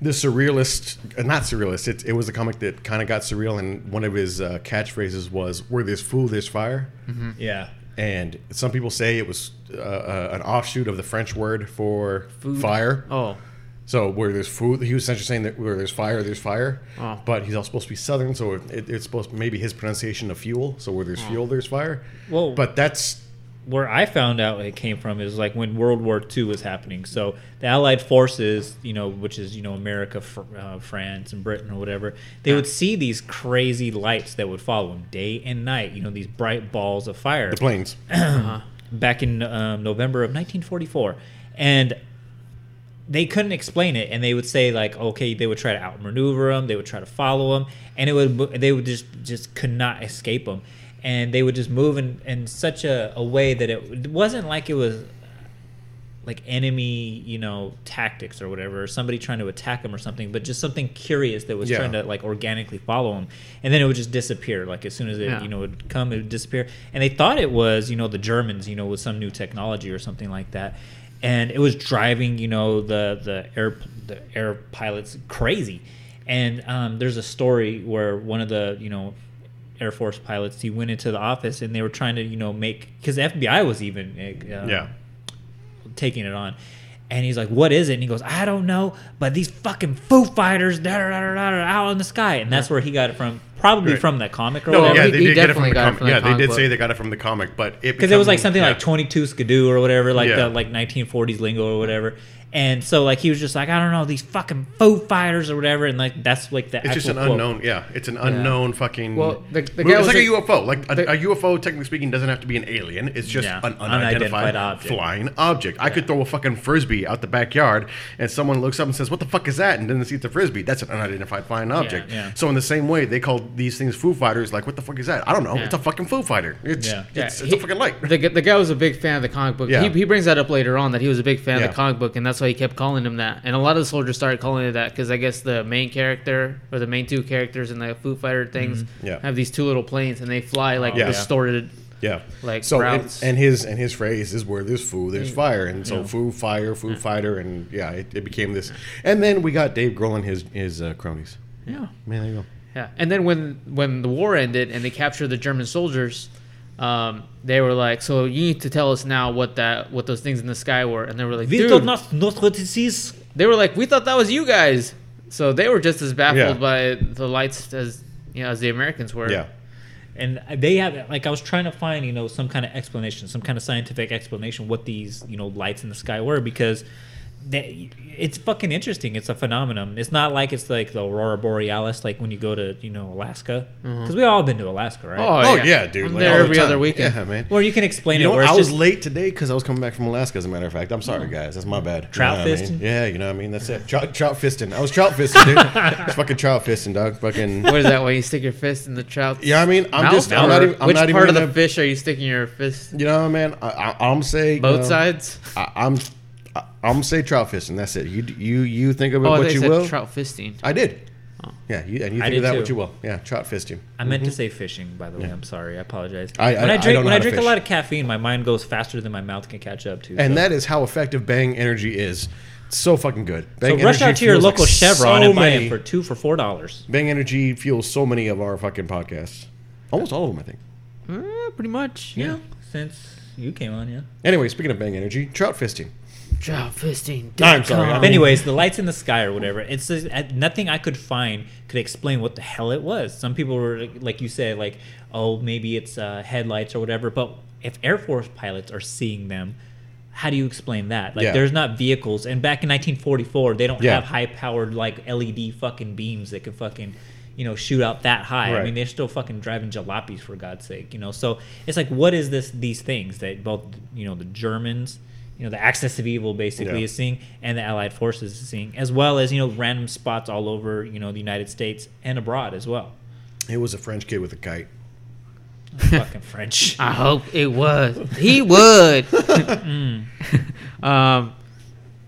Speaker 4: the surrealist, uh, not surrealist. It, it was a comic that kind of got surreal, and one of his uh, catchphrases was "Where there's fool, there's fire."
Speaker 3: Yeah.
Speaker 4: and some people say it was uh, uh, an offshoot of the French word for fire.
Speaker 2: Oh,
Speaker 4: So where there's food, he was essentially saying that where there's fire, there's fire.
Speaker 2: Oh.
Speaker 4: But he's also supposed to be Southern, so it, it's supposed maybe his pronunciation of fuel. So where there's fuel, there's fire.
Speaker 3: Well-
Speaker 4: but that's
Speaker 3: Where I found out it came from is like when World War II was happening. So the Allied forces, you know, which is you know America, fr- uh, France, and Britain or whatever, they would see these crazy lights that would follow them day and night. You know, these bright balls of fire.
Speaker 4: the planes.
Speaker 3: back in um, November of 1944, and they couldn't explain it. And they would say like, okay, they would try to outmaneuver them, they would try to follow them, and it would they would just just could not escape them, and they would just move in in such a, a way that it, it wasn't like it was like enemy, you know, tactics or whatever, or somebody trying to attack him or something, but just something curious that was
Speaker 4: Yeah.
Speaker 3: trying to like organically follow him. And then it would just disappear. Like as soon as it,
Speaker 2: Yeah.
Speaker 3: you know, would come, it would disappear. And they thought it was, you know, the Germans, you know, with some new technology or something like that. And it was driving, you know, the, the air, the air pilots crazy. And um, there's a story where one of the, you know, Air Force pilots, he went into the office and they were trying to, you know, make, because the FBI was even, uh,
Speaker 4: Yeah.
Speaker 3: taking it on. And he's like, "What is it?" And he goes, "I don't know, but these fucking Foo Fighters da, da, da, da, da, da, out in the sky." And that's where he got it from, probably
Speaker 4: Right.
Speaker 3: from that comic or
Speaker 4: No,
Speaker 3: whatever.
Speaker 4: yeah,
Speaker 2: he-
Speaker 4: they
Speaker 2: he
Speaker 4: did get it from
Speaker 2: definitely
Speaker 4: the
Speaker 2: got it
Speaker 4: comic.
Speaker 2: from the
Speaker 4: yeah, they
Speaker 2: comic
Speaker 4: did
Speaker 2: book.
Speaker 4: say they got it from the comic, but it
Speaker 3: because it was like
Speaker 4: become-
Speaker 3: something
Speaker 4: yeah.
Speaker 3: like 22 skidoo or whatever like
Speaker 4: Yeah.
Speaker 3: the like 1940s lingo or whatever and so like he was just like i don't know these fucking foo fighters or whatever and like that's like the
Speaker 4: It's just an unknown. Yeah, it's an unknown fucking.
Speaker 2: Well, the- the
Speaker 4: Well,
Speaker 2: guy
Speaker 4: it's
Speaker 2: was
Speaker 4: like
Speaker 2: a-
Speaker 4: a UFO. Like a,
Speaker 2: the-
Speaker 4: a UFO, technically speaking, doesn't have to be an alien. It's just
Speaker 3: Yeah,
Speaker 4: an
Speaker 3: unidentified
Speaker 4: unidentified,
Speaker 3: object.
Speaker 4: flying object. I could throw a fucking frisbee out the backyard, and someone looks up and says, "What the fuck is that?" And then they see it's a frisbee. That's an unidentified flying object.
Speaker 3: yeah.
Speaker 4: So in the same way, they call these things Foo Fighters. Like, what the fuck is that? I don't know. It's a fucking Foo Fighter. It's
Speaker 3: Yeah.
Speaker 4: it's,
Speaker 2: Yeah,
Speaker 4: it's a
Speaker 2: he-
Speaker 4: fucking light.
Speaker 2: The, gu- the guy was a big fan of the comic book.
Speaker 4: Yeah.
Speaker 2: He, he brings that up later on that he was a big fan of
Speaker 4: Yeah.
Speaker 2: the comic book, and that's why he kept calling him that. And a lot of the soldiers started calling it that because I guess the main character or the main two characters in the Foo Fighter things
Speaker 4: Mm-hmm. Yeah.
Speaker 2: have these two little planes and they fly like
Speaker 4: Yeah.
Speaker 2: distorted
Speaker 4: Yeah,
Speaker 2: Like
Speaker 4: so, and-
Speaker 2: routes. Mm.
Speaker 4: and his and his phrase is "where there's foo, there's fire," and so foo fire, foo fighter, and yeah, it, it became this. And then we got Dave Grohl and his his uh, cronies.
Speaker 2: Yeah.
Speaker 4: Man, there you go.
Speaker 2: Yeah, and then when when the war ended and they captured the German soldiers, um, they were like, "So you need to tell us now what that what those things in the sky were." And they were like,
Speaker 3: We
Speaker 2: "Dude,"
Speaker 3: do not know what it is.
Speaker 2: they were like, "We thought that was you guys." So they were just as baffled by the lights as you know as the Americans were.
Speaker 4: Yeah,
Speaker 3: and they have like I was trying to find you know some kind of explanation, some kind of scientific explanation what these you know lights in the sky were because they, it's fucking interesting. It's a phenomenon. It's not like it's like the aurora borealis like when you go to you know Alaska because we all been to Alaska, right?
Speaker 4: Mm-hmm. Oh, yeah, dude,
Speaker 2: I'm
Speaker 4: like, all
Speaker 2: there
Speaker 4: the
Speaker 2: every other
Speaker 4: time.
Speaker 2: weekend.
Speaker 4: Yeah, man.
Speaker 3: Where you can explain
Speaker 4: You
Speaker 3: it.
Speaker 4: know,
Speaker 3: Where it's
Speaker 4: I was
Speaker 3: just,
Speaker 4: late today because I was coming back from Alaska. As a matter of fact, I'm
Speaker 2: Oh.
Speaker 4: sorry, guys. That's my bad. You
Speaker 3: Trout
Speaker 4: know what I mean?
Speaker 3: fisting?
Speaker 4: Yeah, you know what I mean. That's it. Trout, trout fisting. I was trout fisting, dude. it's fucking trout fisting, dog. Fucking.
Speaker 2: What is that? When you stick your fist in the trout?
Speaker 4: Yeah, I mean, I'm
Speaker 2: mouth?
Speaker 4: just- I'm not
Speaker 2: Or
Speaker 4: even- I'm
Speaker 2: Which
Speaker 4: not even
Speaker 2: part of the
Speaker 4: gonna-
Speaker 2: fish are you sticking your fist?
Speaker 4: You know, man. I, I, I'm saying
Speaker 2: Both
Speaker 4: you know,
Speaker 2: sides.
Speaker 4: I, I'm. I, I'm say trout fisting. That's it. You you you think of it
Speaker 2: Oh, I
Speaker 4: what
Speaker 2: thought
Speaker 4: you
Speaker 2: said
Speaker 4: will.
Speaker 2: trout Oh. fisting.
Speaker 4: I did. Yeah, you, and you think
Speaker 3: I
Speaker 4: of
Speaker 3: did
Speaker 4: that
Speaker 3: too.
Speaker 4: what you will. Yeah, trout fisting.
Speaker 3: I meant to say fishing, by the way. I'm sorry. I apologize.
Speaker 4: I- I-
Speaker 3: when
Speaker 4: I
Speaker 3: I
Speaker 4: don't
Speaker 3: drink,
Speaker 4: know
Speaker 3: when
Speaker 4: how
Speaker 3: I
Speaker 4: to
Speaker 3: drink a
Speaker 4: fish.
Speaker 3: lot of caffeine, my mind goes faster than my mouth can catch up to.
Speaker 4: And
Speaker 3: so-
Speaker 4: that is how effective Bang Energy is. It's so fucking good. Bang
Speaker 3: so rush
Speaker 4: Energy
Speaker 3: out to your
Speaker 4: fuels, like,
Speaker 3: local Chevron
Speaker 4: so
Speaker 3: and buy
Speaker 4: many-
Speaker 3: it for two for four dollars.
Speaker 4: Bang Energy fuels so many of our fucking podcasts. Almost all of them, I think.
Speaker 2: Uh, pretty much.
Speaker 3: Yeah.
Speaker 2: Yeah.
Speaker 3: Since you came on, yeah.
Speaker 4: Anyway, speaking of Bang Energy, trout fisting.
Speaker 2: Trout fisting.
Speaker 4: I'm sorry.
Speaker 3: But anyways, the lights in the sky or whatever. It's just, uh, nothing I could find could explain what the hell it was. Some people were like you said, like oh maybe it's uh, headlights or whatever. But if Air Force pilots are seeing them, how do you explain that? Like
Speaker 4: Yeah.
Speaker 3: there's not vehicles, and back in 1944 they don't
Speaker 4: Yeah.
Speaker 3: have high powered like LED fucking beams that could fucking. You know, shoot out that high. I
Speaker 4: Right.
Speaker 3: mean, they're still fucking driving jalopies for God's sake. You know, so it's like, what is this? These things that both, you know, the Germans, you know, the access of evil, basically,
Speaker 4: Yeah.
Speaker 3: is seeing and the allied forces is seeing as well as you know random spots all over you know the united states and abroad as well
Speaker 4: It was a French kid with a kite.
Speaker 3: fucking french
Speaker 2: I hope it was. He would. Mm. um.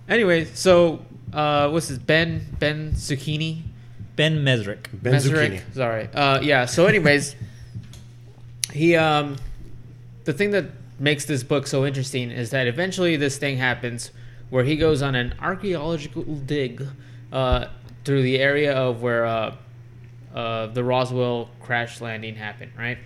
Speaker 2: Anyway, so uh, what's this? Ben Ben Zucchini.
Speaker 3: ben mesrick
Speaker 4: Ben
Speaker 2: Meserick?
Speaker 4: Zucchini.
Speaker 2: Sorry. Uh, yeah. So, anyways, he um, the thing that makes this book so interesting is that eventually this thing happens where he goes on an archaeological dig uh, through the area of where uh, uh, the Roswell crash landing happened, right?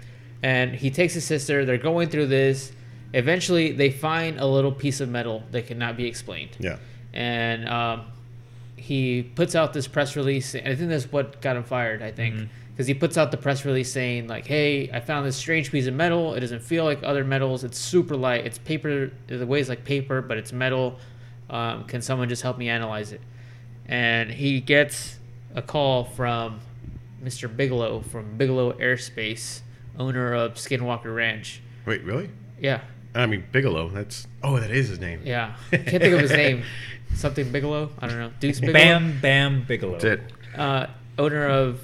Speaker 2: And he takes his sister. They're going through this. Eventually, they find a little piece of metal that cannot be explained
Speaker 4: Yeah.
Speaker 2: and um, he puts out this press release. And I think that's what got him fired. I think because he puts out the press release saying like, "Hey, I found this strange piece of metal. It doesn't feel like other metals. It's super light. It's paper. It weighs like paper, but it's metal. Um, can someone just help me analyze it?" And he gets a call from Mr. Bigelow from Bigelow Airspace, owner of Skinwalker Ranch.
Speaker 4: Wait, really?
Speaker 2: Yeah,
Speaker 4: I mean, Bigelow. That's. Oh, that is his name.
Speaker 2: yeah. Can't think of his name. Something Bigelow. I don't know. Deuce Bigelow.
Speaker 3: bam bam bigelow
Speaker 4: That's it.
Speaker 2: uh, owner of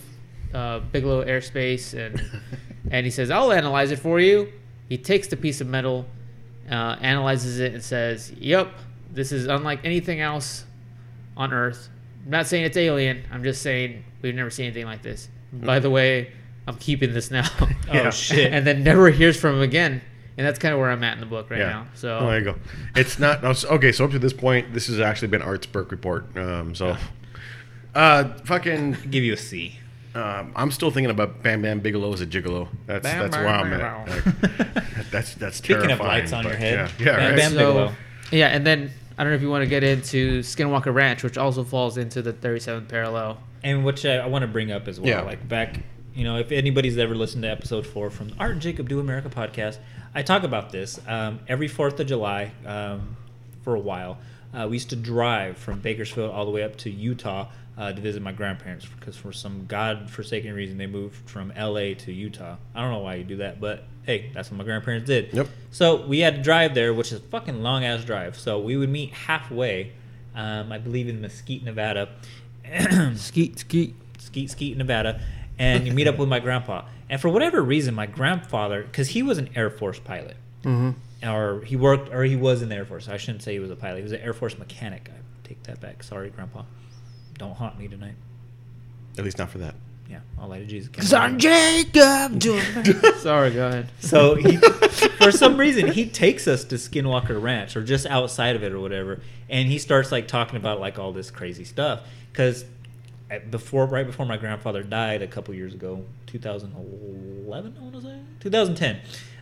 Speaker 2: uh, Bigelow Airspace, and and he says, "I'll analyze it for you." He takes the piece of metal, uh, analyzes it, and says, "Yep, this is unlike anything else on Earth." I'm not saying it's alien. I'm just saying we've never seen anything like this. By the way, I'm keeping this now.
Speaker 3: oh shit
Speaker 2: and then never hears from him again. And that's kind of where I'm at in the book right
Speaker 4: Yeah.
Speaker 2: now. So
Speaker 4: Oh, there you go. It's not. no, s- Okay, so up to this point, this has actually been Art's Burke report. Um, so. Uh, fucking.
Speaker 3: give you a c
Speaker 4: Um, I'm still thinking about Bam Bam Bigelow as a gigolo. That's
Speaker 2: Bam
Speaker 4: that's
Speaker 2: Bam
Speaker 4: where I'm at.
Speaker 2: Bigelow.
Speaker 4: Like, that's that's
Speaker 3: Speaking
Speaker 4: terrifying.
Speaker 3: of lights on
Speaker 4: but
Speaker 3: your head,
Speaker 4: Yeah, yeah
Speaker 3: Bam
Speaker 4: right.
Speaker 3: Bam
Speaker 2: So-
Speaker 3: Bigelow.
Speaker 2: Yeah, and then I don't know if you want to get into Skinwalker Ranch, which also falls into the 37th parallel.
Speaker 3: and which I, I want to bring up as well.
Speaker 4: Yeah.
Speaker 3: Like back, you know, if anybody's ever listened to episode four from the Art and Jacob Do America podcast, I talk about this um, every Fourth of July um, for a while. Uh, we used to drive from Bakersfield all the way up to Utah uh, to visit my grandparents because for some godforsaken reason they moved from L.A. to Utah. I don't know why you do that, but hey, that's what my grandparents did.
Speaker 4: Yep.
Speaker 3: So we had to drive there, which is a fucking long ass drive. So we would meet halfway, um, I believe in Mesquite, Nevada.
Speaker 2: Skeet, skeet.
Speaker 3: Skeet Skeet, Nevada, and you meet up with my grandpa. And for whatever reason, my grandfather, because he was an Air Force pilot, or he worked, or he was in the Air Force. I shouldn't say he was a pilot. He was an Air Force mechanic. I take that back. Sorry, grandpa. Don't haunt me tonight.
Speaker 4: At least not for that.
Speaker 3: Yeah, I'll lie to Jesus.
Speaker 2: Sorry, go ahead.
Speaker 3: So he for some reason he takes us to Skinwalker Ranch or just outside of it or whatever, and he starts like talking about like all this crazy stuff because before right before my grandfather died a couple years ago, 2011, I want to say 2010.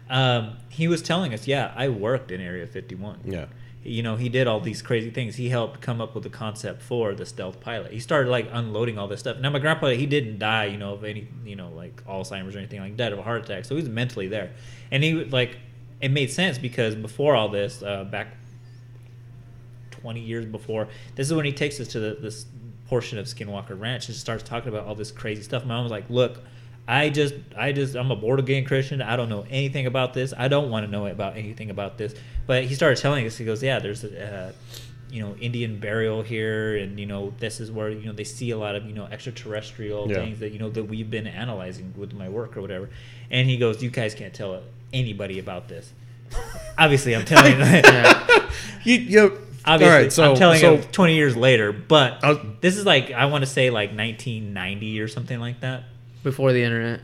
Speaker 3: Um, he was telling us, yeah, I worked in Area 51.
Speaker 4: Yeah.
Speaker 3: You know, he did all these crazy things. He helped come up with the concept for the stealth pilot. He started like unloading all this stuff. Now, my grandpa, he didn't die, you know, of any, you know, like Alzheimer's or anything like that, of a heart attack. So he was mentally there. And he, would, like, it made sense because before all this, uh, back 20 years before. This is when he takes us to the, this portion of Skinwalker Ranch and starts talking about all this crazy stuff. My mom was like, "Look, I just, I just, I'm a born again Christian. I don't know anything about this. I don't want to know about anything about this." But he started telling us. He goes, "Yeah, there's a." Uh, you know Indian burial here, and you know this is where you know they see a lot of you know extraterrestrial
Speaker 4: Yeah.
Speaker 3: things that you know that we've been analyzing with my work or whatever. And he goes, "You guys can't tell anybody about this." Obviously, I'm telling you.
Speaker 4: You, you,
Speaker 3: Obviously,
Speaker 4: all right, so
Speaker 3: I'm telling
Speaker 4: so,
Speaker 3: you 20 years later, but
Speaker 4: I'll-
Speaker 3: this is like I want to say like 1990 or something like that
Speaker 2: Before the internet.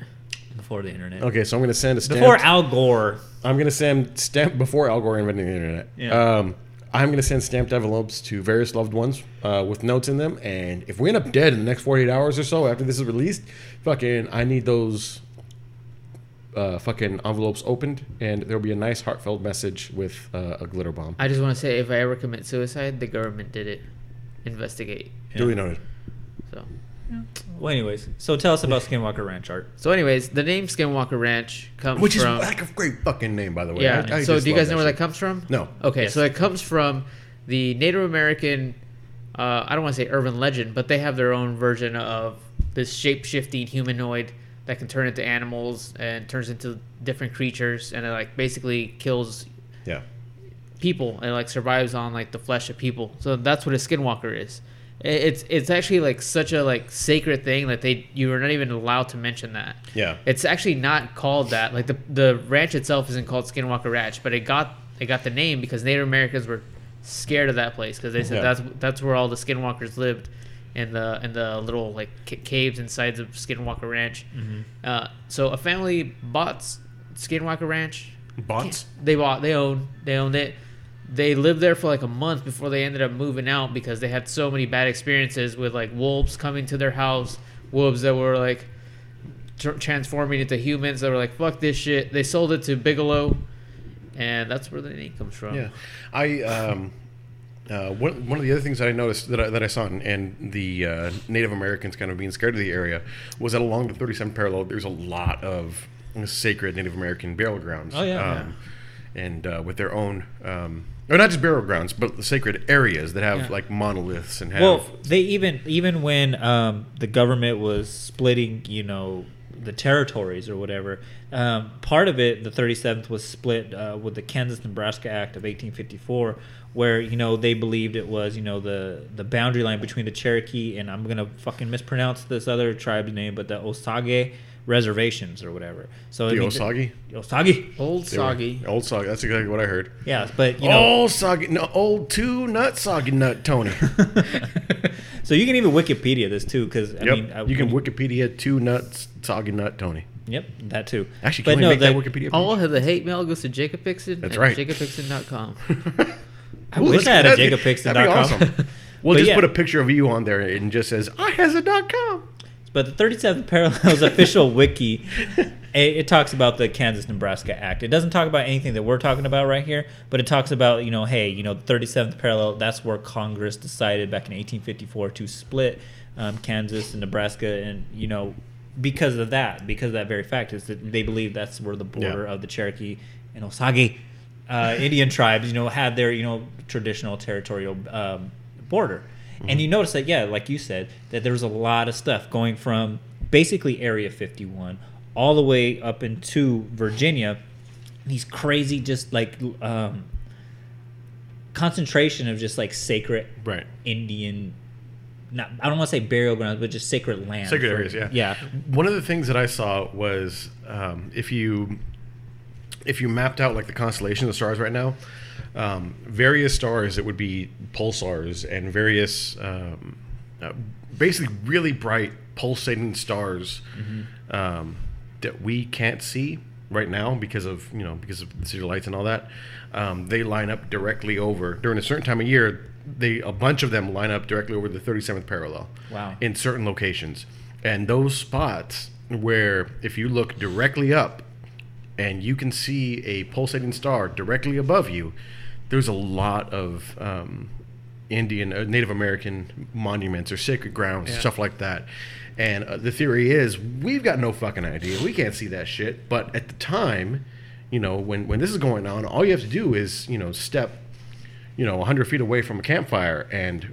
Speaker 3: before the internet.
Speaker 4: Okay, so I'm going to send a stamp.
Speaker 3: Before Al Gore,
Speaker 4: I'm gonna send stamp before Al Gore invented the internet.
Speaker 3: Yeah.
Speaker 4: Um, I'm gonna send stamped envelopes to various loved ones uh, with notes in them, and if we end up dead in the next 48 hours or so after this is released, fucking, I need those uh, fucking envelopes opened, and there'll be a nice heartfelt message with uh, a glitter bomb.
Speaker 2: I just want to say, if I ever commit suicide, the government did it. Investigate.
Speaker 4: Duly noted.
Speaker 2: So.
Speaker 3: well, anyways, so tell us about Skinwalker Ranch art.
Speaker 2: So, anyways, the name Skinwalker Ranch comes
Speaker 4: Which is
Speaker 2: from.
Speaker 4: like a great fucking name, by the way.
Speaker 2: yeah.
Speaker 4: I- I
Speaker 2: so,
Speaker 4: just
Speaker 2: do you
Speaker 4: love
Speaker 2: guys know where that
Speaker 4: shit.
Speaker 2: comes from?
Speaker 4: No.
Speaker 2: Okay,
Speaker 3: Yes.
Speaker 2: so it comes from the Native American. Uh, I don't want to say urban legend, but they have their own version of this shape-shifting humanoid that can turn into animals and turns into different creatures, and it like basically kills
Speaker 4: Yeah.
Speaker 2: people and like survives on like the flesh of people. So that's what a skinwalker is. I- It's it's actually like such a like sacred thing that they you are not even allowed to mention that.
Speaker 4: Yeah.
Speaker 2: It's actually not called that. Like the the ranch itself isn't called Skinwalker Ranch, but it got it got the name because Native Americans were scared of that place because they said
Speaker 4: Yeah.
Speaker 2: that's that's where all the skinwalkers lived in the in the little like ca- caves and sides of Skinwalker Ranch.
Speaker 4: Mm-hmm.
Speaker 2: Uh, so a family bought S- Skinwalker Ranch
Speaker 4: Bots.
Speaker 2: they bought they owned they owned it they lived there for like a month before they ended up moving out because they had so many bad experiences with like wolves coming to their house wolves that were like tr- transforming into humans that were like fuck this shit they sold it to bigelow and that's where the name comes from
Speaker 4: Yeah, I um, uh, one one of the other things that I noticed that I, that I saw and, and the uh, Native Americans kind of being scared of the area was that along the 37th parallel, there's a lot of sacred Native American burial grounds.
Speaker 3: Oh, yeah.
Speaker 4: um, and uh, with their own. Um, or not just burial grounds, but the sacred areas that have like monoliths and have
Speaker 3: Well, they even even when um, the government was splitting, you know, the territories or whatever, um, part of it, the 37th, was split uh, with the Kansas-Nebraska Act of 1854, where you know they believed it was you know the the boundary line between the Cherokee and I'm gonna fucking mispronounce this other tribe's name, but the Osage reservations or whatever. So
Speaker 4: the
Speaker 3: it means-
Speaker 4: Osage.
Speaker 3: Osage.
Speaker 2: old
Speaker 4: They were-
Speaker 2: soggy
Speaker 4: Old Soggy. That's exactly what I heard.
Speaker 3: Yeah, but you know.
Speaker 4: old Soggy. No, old two nut Soggy nut Tony.
Speaker 3: so you can even Wikipedia this too, because I
Speaker 4: yep.
Speaker 3: mean, I-
Speaker 4: you can Wikipedia two nuts Soggy nut Tony.
Speaker 3: Yep, that too.
Speaker 4: Actually,
Speaker 3: But
Speaker 4: can we
Speaker 3: no,
Speaker 4: make that
Speaker 3: the-
Speaker 4: Wikipedia?
Speaker 2: all of the hate mail goes to jacob Pixon
Speaker 4: That's
Speaker 2: at
Speaker 4: right.
Speaker 2: jacobpixon.com
Speaker 3: I wish I had a jacobpixon.com.
Speaker 4: We'll
Speaker 3: But
Speaker 4: just
Speaker 3: yeah.
Speaker 4: put a picture of you on there and just says I has a dot com.
Speaker 3: But the 37th Parallel's official wiki, it, it talks about the Kansas-Nebraska Act. It doesn't talk about anything that we're talking about right here, but it talks about, you know, hey, you know, the 37th Parallel, that's where Congress decided back in 1854 to split um, Kansas and Nebraska and, you know, because of that, because of that very fact, is that they believe that's where the border
Speaker 4: Yeah.
Speaker 3: of the Cherokee and Osage uh, Indian tribes, you know, had their you know traditional territorial um, border,
Speaker 4: Mm-hmm.
Speaker 3: and you notice that yeah, like you said, that there was a lot of stuff going from basically Area 51 all the way up into Virginia. These crazy, just like um, concentration of just like sacred
Speaker 4: Right.
Speaker 3: Indian. Not, I don't want to say burial grounds, but just sacred land.
Speaker 4: Sacred
Speaker 3: for-
Speaker 4: areas, yeah.
Speaker 3: Yeah.
Speaker 4: One of the things that I saw was um, if you if you mapped out like the constellations of stars right now, um, various stars that would be pulsars and various um, uh, basically really bright pulsating stars um, that we can't see right now because of you know because of the city lights and all that. Um, they line up directly over during a certain time of year. They a bunch of them line up directly over the 37th parallel.
Speaker 3: Wow.
Speaker 4: In certain locations, and those spots where if you look directly up, and you can see a pulsating star directly above you, there's a lot of um, Indian, uh, Native American monuments or sacred grounds, stuff like that. And uh, the theory is we've got no fucking idea. We can't see that shit. But at the time, you know, when, when this is going on, all you have to do is, you know, step, you know, 100 feet away from a campfire. And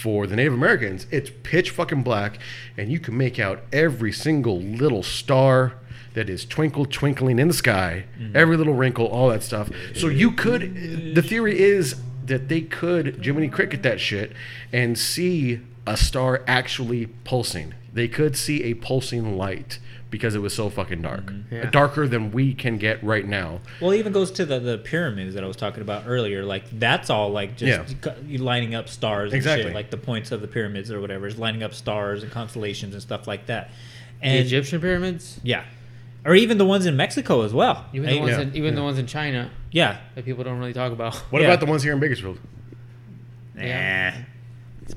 Speaker 4: for the Native Americans, it's pitch fucking black. And you can make out every single little star that is twinkle twinkling in the sky, every little wrinkle, all that stuff. So you could, the theory is that they could Jiminy Cricket that shit and see a star actually pulsing. They could see a pulsing light because it was so fucking dark,
Speaker 2: Yeah.
Speaker 4: darker than we can get right now.
Speaker 3: Well, it even goes to the, the pyramids that I was talking about earlier. Like that's all like just you lining up stars and
Speaker 4: Exactly.
Speaker 3: shit, like the points of the pyramids or whatever is lining up stars and constellations and stuff like that.
Speaker 2: The
Speaker 3: And
Speaker 2: Egyptian pyramids,
Speaker 3: yeah, or even the ones in Mexico as well.
Speaker 2: even
Speaker 3: I-
Speaker 2: the ones
Speaker 4: yeah,
Speaker 2: in, even the ones in China
Speaker 3: yeah.
Speaker 2: that people don't really talk about.
Speaker 4: What
Speaker 3: Yeah.
Speaker 4: about the ones here in Bakersfield?
Speaker 2: Yeah.
Speaker 3: Nah.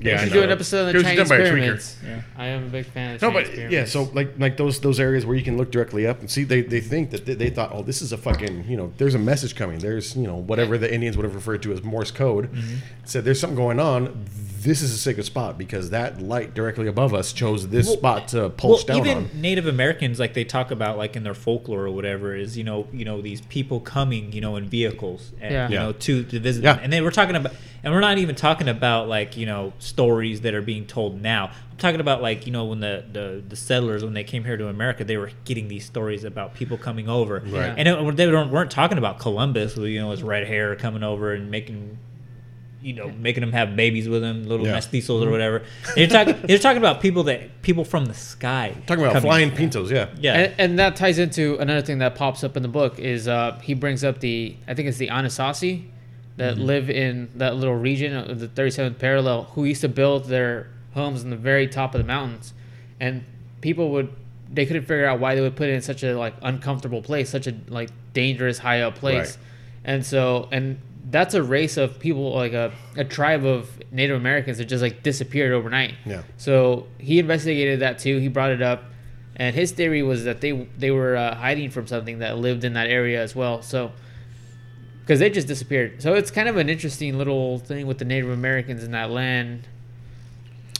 Speaker 4: Yeah,
Speaker 2: we
Speaker 4: I
Speaker 2: should do
Speaker 4: know.
Speaker 2: an episode on
Speaker 4: It
Speaker 2: the
Speaker 4: was done
Speaker 2: Chinese
Speaker 4: by a tweaker.
Speaker 2: pyramids. I am a big fan of
Speaker 4: No,
Speaker 2: Chinese
Speaker 4: but yeah,
Speaker 2: pyramids.
Speaker 4: so like like those those areas where you can look directly up and see, they, they think that they, they thought, oh, this is a fucking you know, there's a message coming. There's you know whatever the Indians would have referred to as Morse code.
Speaker 2: Mm-hmm.
Speaker 4: Said there's something going on. This is a sacred spot because that light directly above us chose this
Speaker 3: Well,
Speaker 4: spot to pulse
Speaker 3: well,
Speaker 4: down
Speaker 3: even
Speaker 4: on.
Speaker 3: Native Americans, like they talk about, like in their folklore or whatever, is you know, you know, these people coming, you know, in vehicles, and,
Speaker 2: Yeah.
Speaker 3: you
Speaker 4: Yeah.
Speaker 3: know, to to visit
Speaker 4: Yeah.
Speaker 3: them, and then we're talking about, and we're not even talking about like you know stories that are being told now. I'm talking about like you know when the the, the settlers when they came here to America, they were getting these stories about people coming over,
Speaker 4: Right.
Speaker 3: and it, they weren't, weren't talking about Columbus, who you know his red hair coming over and making you know, making them have babies with them, little
Speaker 4: Yeah.
Speaker 3: mestizos
Speaker 2: Mm-hmm.
Speaker 3: or whatever. They're talking. they're talking about people that people from the sky.
Speaker 4: Talking about
Speaker 3: coming.
Speaker 4: flying pintos, yeah.
Speaker 3: Yeah.
Speaker 2: And, and that ties into another thing that pops up in the book is uh, he brings up the I think it's the Anasazi that
Speaker 4: Mm-hmm.
Speaker 2: live in that little region of the 37th parallel who used to build their homes in the very top of the mountains, and people would they couldn't figure out why they would put it in such a like uncomfortable place, such a like dangerous high up place,
Speaker 4: Right.
Speaker 2: and so and that's a race of people like a, a tribe of Native Americans that just like disappeared overnight.
Speaker 4: Yeah.
Speaker 2: So he investigated that too. He brought it up, and his theory was that they they were uh, hiding from something that lived in that area as well. So because they just disappeared. So it's kind of an interesting little thing with the Native Americans in that land.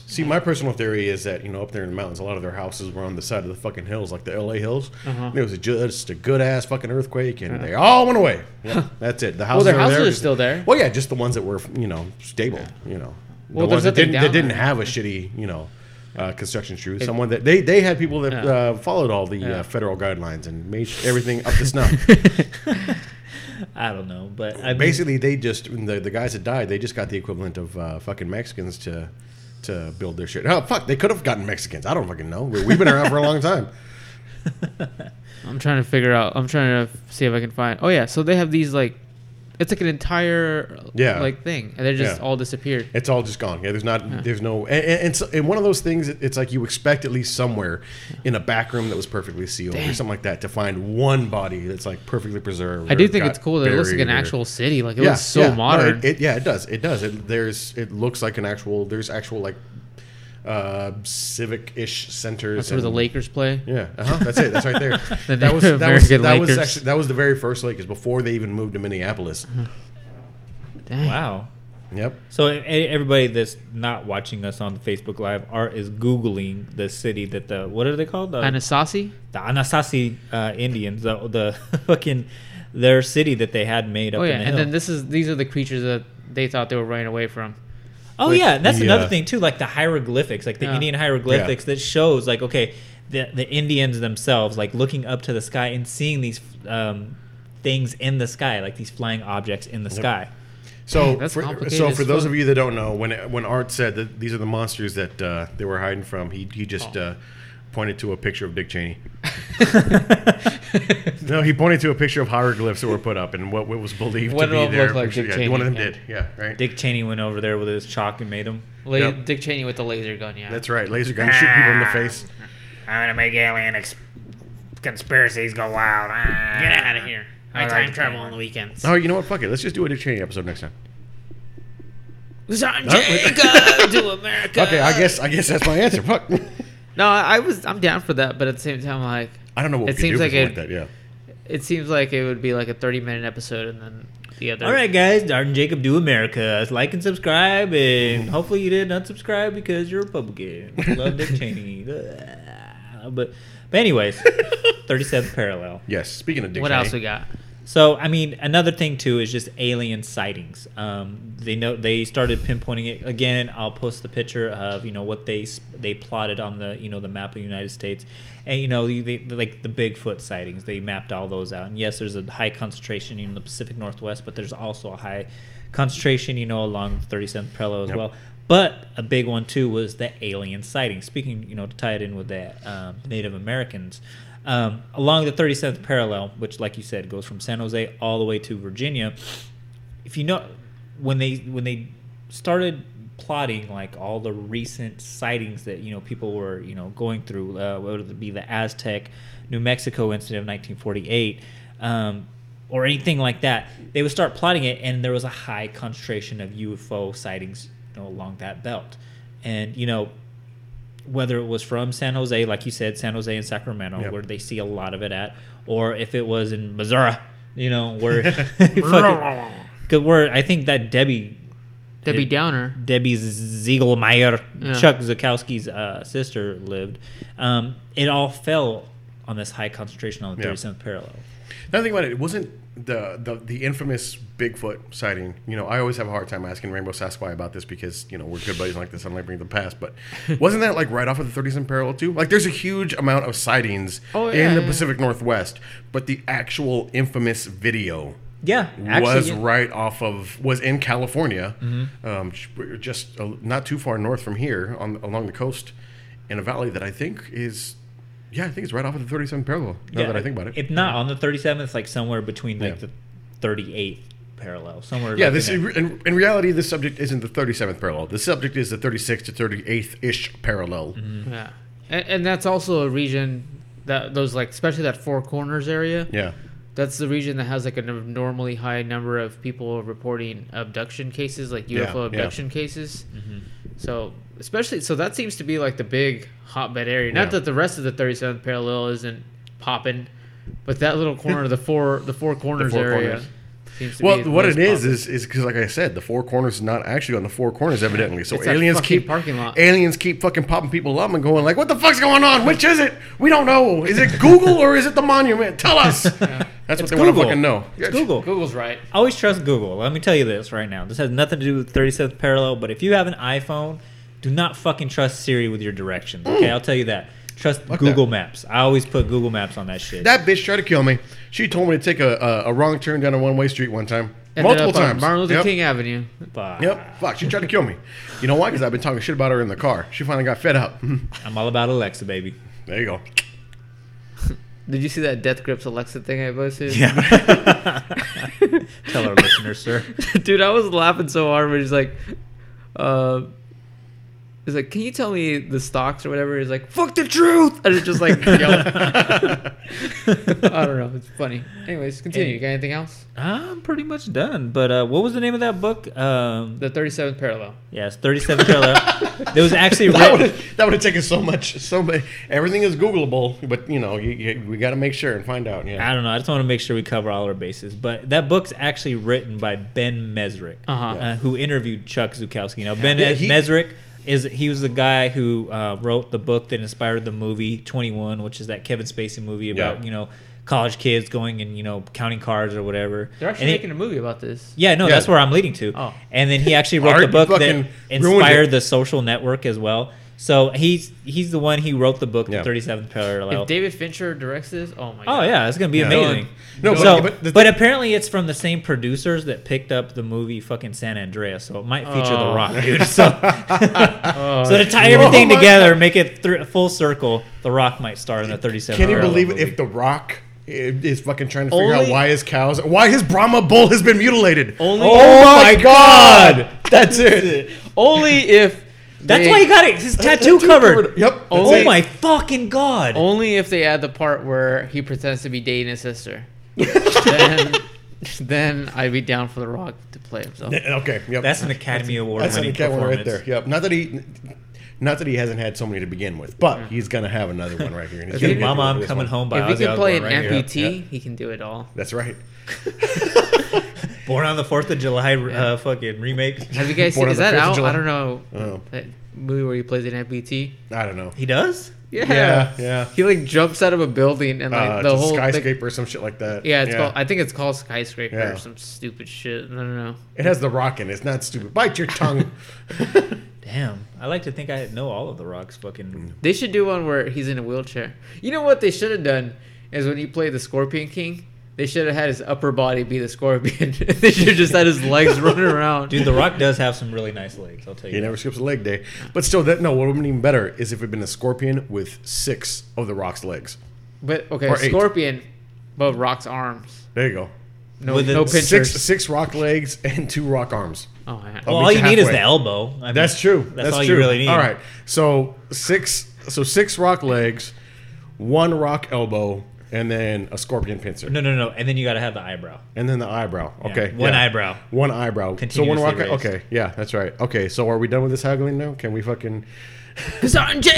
Speaker 4: See, my personal theory is that you know up there in the mountains, a lot of their houses were on the side of the fucking hills, like the L.A. hills.
Speaker 2: Uh-huh.
Speaker 4: There was a, just a good ass fucking earthquake, and they all went away. Yeah, that's it. The houses,
Speaker 2: their
Speaker 4: that
Speaker 2: houses
Speaker 4: there,
Speaker 2: are
Speaker 4: just-
Speaker 2: still there.
Speaker 4: Well, yeah, just the ones that were you know stable. You know,
Speaker 2: Well,
Speaker 4: the ones
Speaker 2: there's nothing
Speaker 4: that didn't, that
Speaker 2: down
Speaker 4: didn't
Speaker 2: there.
Speaker 4: have a shitty you know uh, construction crew. Someone that they they had people that uh, followed all the uh, federal guidelines and made everything up to snuff.
Speaker 3: I don't know, but I mean,
Speaker 4: Basically, they just the, the guys that died, they just got the equivalent of uh, fucking Mexicans to to build their shit. Oh fuck, they could have gotten Mexicans. I don't fucking know. We- We've been around for a long time.
Speaker 2: I'm trying to figure out. I'm trying to see if I can find. Oh yeah, so they have these like, it's like an entire
Speaker 4: Yeah.
Speaker 2: like thing, and they just
Speaker 4: Yeah.
Speaker 2: all disappeared.
Speaker 4: It's all just gone. Yeah, there's not, there's no, and, and, and, so, and one of those things. It's like you expect at least somewhere in a back room that was perfectly sealed or something like that to find one body that's like perfectly preserved.
Speaker 2: I do
Speaker 4: or
Speaker 2: think
Speaker 4: got
Speaker 2: it's cool that it looks like
Speaker 4: buried
Speaker 2: an
Speaker 4: or-
Speaker 2: actual city. Like it looks so
Speaker 4: yeah. No,
Speaker 2: modern.
Speaker 4: it, it- yeah, it does. It does. It, there's it looks like an actual. There's actual like uh civic-ish centers.
Speaker 2: That's where the
Speaker 4: and-
Speaker 2: Lakers play.
Speaker 4: Yeah, uh-huh, that's it. That's right there.
Speaker 2: The
Speaker 4: that was
Speaker 2: Native
Speaker 4: that was,
Speaker 2: American
Speaker 4: that was
Speaker 2: Lakers.
Speaker 4: actually that was the very first Lakers before they even moved to Minneapolis.
Speaker 2: Mm-hmm. Dang.
Speaker 3: wow.
Speaker 4: Yep.
Speaker 3: So e- everybody that's not watching us on Facebook Live are is googling the city that the what are they called? The,
Speaker 2: Anasazi?
Speaker 3: the Anasazi uh, Indians, the, the fucking their city that they had made up.
Speaker 2: Oh yeah,
Speaker 3: in the
Speaker 2: and
Speaker 3: hill.
Speaker 2: then this is these are the creatures that they thought they were running away from.
Speaker 3: Oh yeah, and that's
Speaker 4: the,
Speaker 3: another
Speaker 4: uh,
Speaker 3: thing too, like the hieroglyphics, like the
Speaker 2: Yeah.
Speaker 3: Indian hieroglyphics that shows like okay, the the Indians themselves like looking up to the sky and seeing these um, things in the sky, like these flying objects in the sky.
Speaker 4: So
Speaker 2: that's
Speaker 4: for,
Speaker 2: complicated
Speaker 4: so
Speaker 2: as
Speaker 4: for those
Speaker 2: fuck.
Speaker 4: of you that don't know, when when Art said that these are the monsters that uh, they were hiding from, he he just
Speaker 2: Oh.
Speaker 4: uh, pointed to a picture of Dick Cheney. no, he pointed to a picture of hieroglyphs that were put up and what, what was believed
Speaker 2: One
Speaker 4: to
Speaker 2: of
Speaker 4: be
Speaker 2: them
Speaker 4: there.
Speaker 2: looked like Dick
Speaker 4: yeah,
Speaker 2: Cheney,
Speaker 4: One of them
Speaker 2: yeah.
Speaker 4: did. Yeah, right.
Speaker 3: Dick Cheney went over there with his chalk and made them.
Speaker 2: La-
Speaker 4: Yep.
Speaker 2: Dick Cheney with the laser gun, yeah. Ah.
Speaker 4: That's right. Laser gun shoot people in the face.
Speaker 8: I'm gonna make alien ex- conspiracies go wild. Ah.
Speaker 9: Get out of here. I,
Speaker 8: I like
Speaker 9: time
Speaker 8: the
Speaker 9: travel
Speaker 8: camera.
Speaker 9: on the weekends.
Speaker 4: Oh, you know what? Fuck it. Let's just do a Dick Cheney episode next time.
Speaker 2: Jacob to America.
Speaker 4: Okay, I guess I guess that's my answer. Fuck.
Speaker 2: No, I was. I'm down for that, but at the same time, like,
Speaker 4: I don't know what
Speaker 2: It
Speaker 4: we
Speaker 2: seems
Speaker 4: could do
Speaker 2: like
Speaker 4: for something
Speaker 2: it-
Speaker 4: like that. Yeah.
Speaker 2: it seems like it would be like a 30 minute episode, and then the other.
Speaker 3: All right, guys. Darden Jacob do America. Like and subscribe, and hopefully you did not subscribe because you're a Republican. Love Dick Cheney. but, but anyways, 37th parallel.
Speaker 4: Yes. Speaking of Dick
Speaker 2: What
Speaker 4: Cheney,
Speaker 2: else we got?
Speaker 3: So I mean, another thing too is just alien sightings. Um, they know they started pinpointing it again. I'll post the picture of you know what they s- they plotted on the you know the map of the United States, and you know they, they, like the Bigfoot sightings. They mapped all those out. And yes, there's a high concentration in the Pacific Northwest, but there's also a high concentration you know along the 37th parallel as
Speaker 4: Yep.
Speaker 3: well. But a big one too was the alien sighting. Speaking, you know, to tie it in with that um, Native Americans um, along the 37th parallel, which, like you said, goes from San Jose all the way to Virginia. If you know, when they when they started plotting like all the recent sightings that you know people were you know going through, uh, whether it be the Aztec, New Mexico incident of 1948. Um, or anything like that, they would start plotting it, and there was a high concentration of UFO sightings you know, along that belt. And you know, whether it was from San Jose, like you said, San Jose and Sacramento,
Speaker 4: Yep.
Speaker 3: where they see a lot of it at, or if it was in Missouri, you know, where fucking, 'cause where I think that Debbie
Speaker 2: Debbie
Speaker 3: It-
Speaker 2: Downer.
Speaker 3: Debbie Ziegelmeyer,
Speaker 2: Yeah.
Speaker 3: Chuck Zukowski's uh, sister, lived. Um, it all fell on this high concentration on the
Speaker 4: Yeah.
Speaker 3: 37th parallel.
Speaker 4: Another thing about it, it wasn't the, the the infamous Bigfoot sighting. You know, I always have a hard time asking Rainbow Sasquatch about this because you know we're good buddies and like this. I'm like bring the past, but wasn't that like right off of the 30s and parallel too? Like, there's a huge amount of sightings
Speaker 2: Oh,
Speaker 4: in
Speaker 2: yeah,
Speaker 4: the
Speaker 2: yeah.
Speaker 4: Pacific Northwest, but the actual infamous video
Speaker 3: Yeah,
Speaker 4: was
Speaker 3: actually, Mm-hmm. yeah.
Speaker 4: right off of was in California, um, j- just uh, not too far north from here on along the coast, in a valley that I think is, yeah, I think it's right off of the 37th parallel. Now that I think about it,
Speaker 3: If not on the 37th, like somewhere between like
Speaker 4: Yeah.
Speaker 3: the 38th parallel, somewhere.
Speaker 4: Yeah,
Speaker 3: like
Speaker 4: this
Speaker 3: in that-
Speaker 4: in, in reality, this subject isn't the 37th parallel. The subject is the 36th to 38th ish parallel.
Speaker 3: Mm-hmm.
Speaker 2: Yeah, and, and that's also a region that those like, especially that Four Corners area.
Speaker 4: Yeah,
Speaker 2: That's the region that has like an abnormally high number of people reporting abduction cases, like
Speaker 4: Yeah, Mm-hmm.
Speaker 2: UFO
Speaker 4: yeah.
Speaker 2: abduction cases. So, especially, so that seems to be like the big hotbed area. Not
Speaker 4: Yeah.
Speaker 2: that the rest of the 37th parallel isn't popping, but that little corner, of the four, the Four Corners
Speaker 4: Four
Speaker 2: area,
Speaker 4: Corners.
Speaker 2: seems to
Speaker 4: Well,
Speaker 2: be the
Speaker 4: what it
Speaker 2: most
Speaker 4: is
Speaker 2: poppin'.
Speaker 4: is is because, like I said, the four corners is not actually on the four corners, evidently. So
Speaker 2: It's that
Speaker 4: aliens
Speaker 2: fucking
Speaker 4: keep
Speaker 2: parking lot.
Speaker 4: aliens keep fucking popping people up and going like, "What the fuck's going on? Which is it? We don't know. Is it Google or is it the monument? Tell us." That's what they want to
Speaker 3: Google.
Speaker 4: fucking know.
Speaker 3: It's Google.
Speaker 2: Google's right.
Speaker 3: Always trust Google. Let me tell you this right now. This has nothing to do with 37th parallel, but if you have an iPhone, do not fucking trust Siri with your directions. Okay, I'll tell you that. Trust Google Maps. I always put Google Maps on that shit.
Speaker 4: That bitch tried to kill me. She told me to take a, a, a wrong turn down a one way street one time, multiple
Speaker 2: Ended up on
Speaker 4: times.
Speaker 2: Martin Luther
Speaker 4: Yep.
Speaker 2: King Avenue.
Speaker 3: Fuck.
Speaker 4: Yep. Fuck. She tried to kill me. You know why? Because I've been talking shit about her in the car. She finally got fed up.
Speaker 3: I'm all about Alexa, baby.
Speaker 4: there you go.
Speaker 2: Did you see that Death Grips Alexa thing I posted?
Speaker 3: Tell our listeners, sir.
Speaker 2: Dude, I was laughing so hard when he's like, uh, he's like, can you tell me the stocks or whatever? He's like, fuck the truth! And it's just like, yelling. I don't know. It's funny. Anyways, continue. You got anything else?
Speaker 3: I'm pretty much done. But uh, what was the name of that book? Um,
Speaker 2: The 37th parallel.
Speaker 3: yes, 37th parallel. it was actually
Speaker 4: That
Speaker 3: written.
Speaker 4: would that would have taken so much. So much. Everything is Googleable, but you know you, you, we got to make sure and find out. Yeah.
Speaker 3: I don't know. I just want to make sure we cover all our bases. But that book's actually written by Ben Mesrick,
Speaker 2: Uh-huh.
Speaker 3: uh, who interviewed Chuck Zukowski. Now, Ben
Speaker 4: Yeah, he-
Speaker 3: Mesrick is he was the guy who uh, wrote the book that inspired the movie Twenty One, which is that Kevin Spacey movie about
Speaker 4: Yeah.
Speaker 3: you know college kids going and you know counting cars or whatever.
Speaker 2: They're actually
Speaker 3: And he-
Speaker 2: making a movie about this.
Speaker 3: yeah, no,
Speaker 4: Yeah.
Speaker 3: that's where I'm leading to.
Speaker 2: Oh.
Speaker 3: And then he actually wrote
Speaker 4: Art,
Speaker 3: the book
Speaker 4: you
Speaker 3: that
Speaker 4: fucking ruined
Speaker 3: inspired
Speaker 4: it.
Speaker 3: the social network as well. So he's he's the one he wrote the book,
Speaker 4: Yeah.
Speaker 3: The 37th Parallel.
Speaker 2: If David Fincher directs this, oh my
Speaker 3: Oh
Speaker 2: god.
Speaker 3: yeah, it's gonna be
Speaker 4: Yeah.
Speaker 3: amazing.
Speaker 4: No,
Speaker 3: No,
Speaker 4: but-
Speaker 3: so,
Speaker 4: but
Speaker 3: but,
Speaker 4: the
Speaker 3: apparently it's from the same producers that picked up the movie fucking San Andreas, so it might feature The
Speaker 2: Oh.
Speaker 3: Rock, dude. So, so to tie
Speaker 4: Oh
Speaker 3: everything
Speaker 4: my
Speaker 3: together, make it thr full circle, The Rock might star in the 37.
Speaker 4: Can you
Speaker 3: parallel
Speaker 4: believe it?
Speaker 3: movie.
Speaker 4: If The Rock i- is fucking trying to figure out
Speaker 3: Only-
Speaker 4: why his cows, why his Brahma bull Oh
Speaker 3: Oh,
Speaker 4: has been mutilated.
Speaker 2: Only,
Speaker 4: oh my god! That's it.
Speaker 2: only if
Speaker 3: That's
Speaker 2: They-
Speaker 3: why he got it. His tattoo covered.
Speaker 4: Yep.
Speaker 3: Oh
Speaker 4: that's it. Oh
Speaker 3: my fucking god.
Speaker 2: Only if they add the part where he pretends to be dating his sister. then, then I'd be down for The Rock to play himself.
Speaker 4: Okay. Yep.
Speaker 3: That's an Academy Award
Speaker 4: That's an
Speaker 3: winning
Speaker 4: cat one
Speaker 3: performance.
Speaker 4: right there. Yep. Not that he, not that he hasn't had so many to begin with,
Speaker 3: Mm-hmm.
Speaker 4: but he's gonna have another one right here. And he's gonna
Speaker 3: Dude,
Speaker 4: get
Speaker 3: Mama,
Speaker 4: one
Speaker 3: I'm
Speaker 4: for this
Speaker 3: coming
Speaker 4: one.
Speaker 3: home by
Speaker 2: If he
Speaker 3: Ozzy
Speaker 2: can play an
Speaker 3: Osbourne right here.
Speaker 2: amputee,
Speaker 4: Yeah.
Speaker 2: he can do it all.
Speaker 4: That's right.
Speaker 3: Born on the Fourth of July uh, fucking remake.
Speaker 2: Have you guys seen?
Speaker 4: Born on
Speaker 2: Is
Speaker 4: the
Speaker 2: that
Speaker 4: 5th of
Speaker 2: out?
Speaker 4: July.
Speaker 2: I don't know.
Speaker 4: Oh,
Speaker 2: That movie where he plays an amputee.
Speaker 4: I don't know.
Speaker 3: He does.
Speaker 2: Yeah.
Speaker 4: Yeah. Yeah.
Speaker 2: He like jumps out of a building and like
Speaker 4: Uh,
Speaker 2: the
Speaker 4: it's a
Speaker 2: whole like-
Speaker 4: skyscraper or some shit like that.
Speaker 2: yeah, it's called. I think it's called skyscraper
Speaker 4: Yeah.
Speaker 2: or some stupid shit. I don't know.
Speaker 4: It has the rock in it. It's not stupid. Bite your tongue.
Speaker 3: Damn. I like to think I know all of the Rock's fucking.
Speaker 2: They should do one where he's in a wheelchair. You know what they should have done is when he played the Scorpion King, they should have had his upper body be the scorpion. they should have just had his legs running around.
Speaker 3: Dude, the Rock does have some really nice legs. I'll tell
Speaker 4: He
Speaker 3: you.
Speaker 4: never skips a leg day. But still, that no. What would have been even better is if it had been a scorpion with six of the rock's legs.
Speaker 2: But okay,
Speaker 4: Or eight.
Speaker 2: scorpion, but Rock's arms.
Speaker 4: There you go.
Speaker 2: No,
Speaker 3: With
Speaker 2: no
Speaker 3: a
Speaker 2: pinchers.
Speaker 4: Six six rock legs and two rock arms.
Speaker 2: oh, yeah.
Speaker 3: well,
Speaker 4: means
Speaker 3: all you need is
Speaker 4: halfway.
Speaker 3: the elbow. I mean,
Speaker 4: That's true. That's,
Speaker 3: Mm. That's, all
Speaker 4: true.
Speaker 3: you really need.
Speaker 4: All right. So six. So six rock legs, one rock elbow, and then a scorpion pincer,
Speaker 3: No, no, no. And then you got to have the eyebrow.
Speaker 4: and then the eyebrow. Okay.
Speaker 3: One
Speaker 4: yeah.
Speaker 3: eyebrow.
Speaker 4: One eyebrow. So one
Speaker 3: Continuously
Speaker 4: rock.
Speaker 3: raised.
Speaker 4: Okay. Yeah. That's right. Okay. So are we done with this haggling now? Can we fucking?
Speaker 2: Anyway,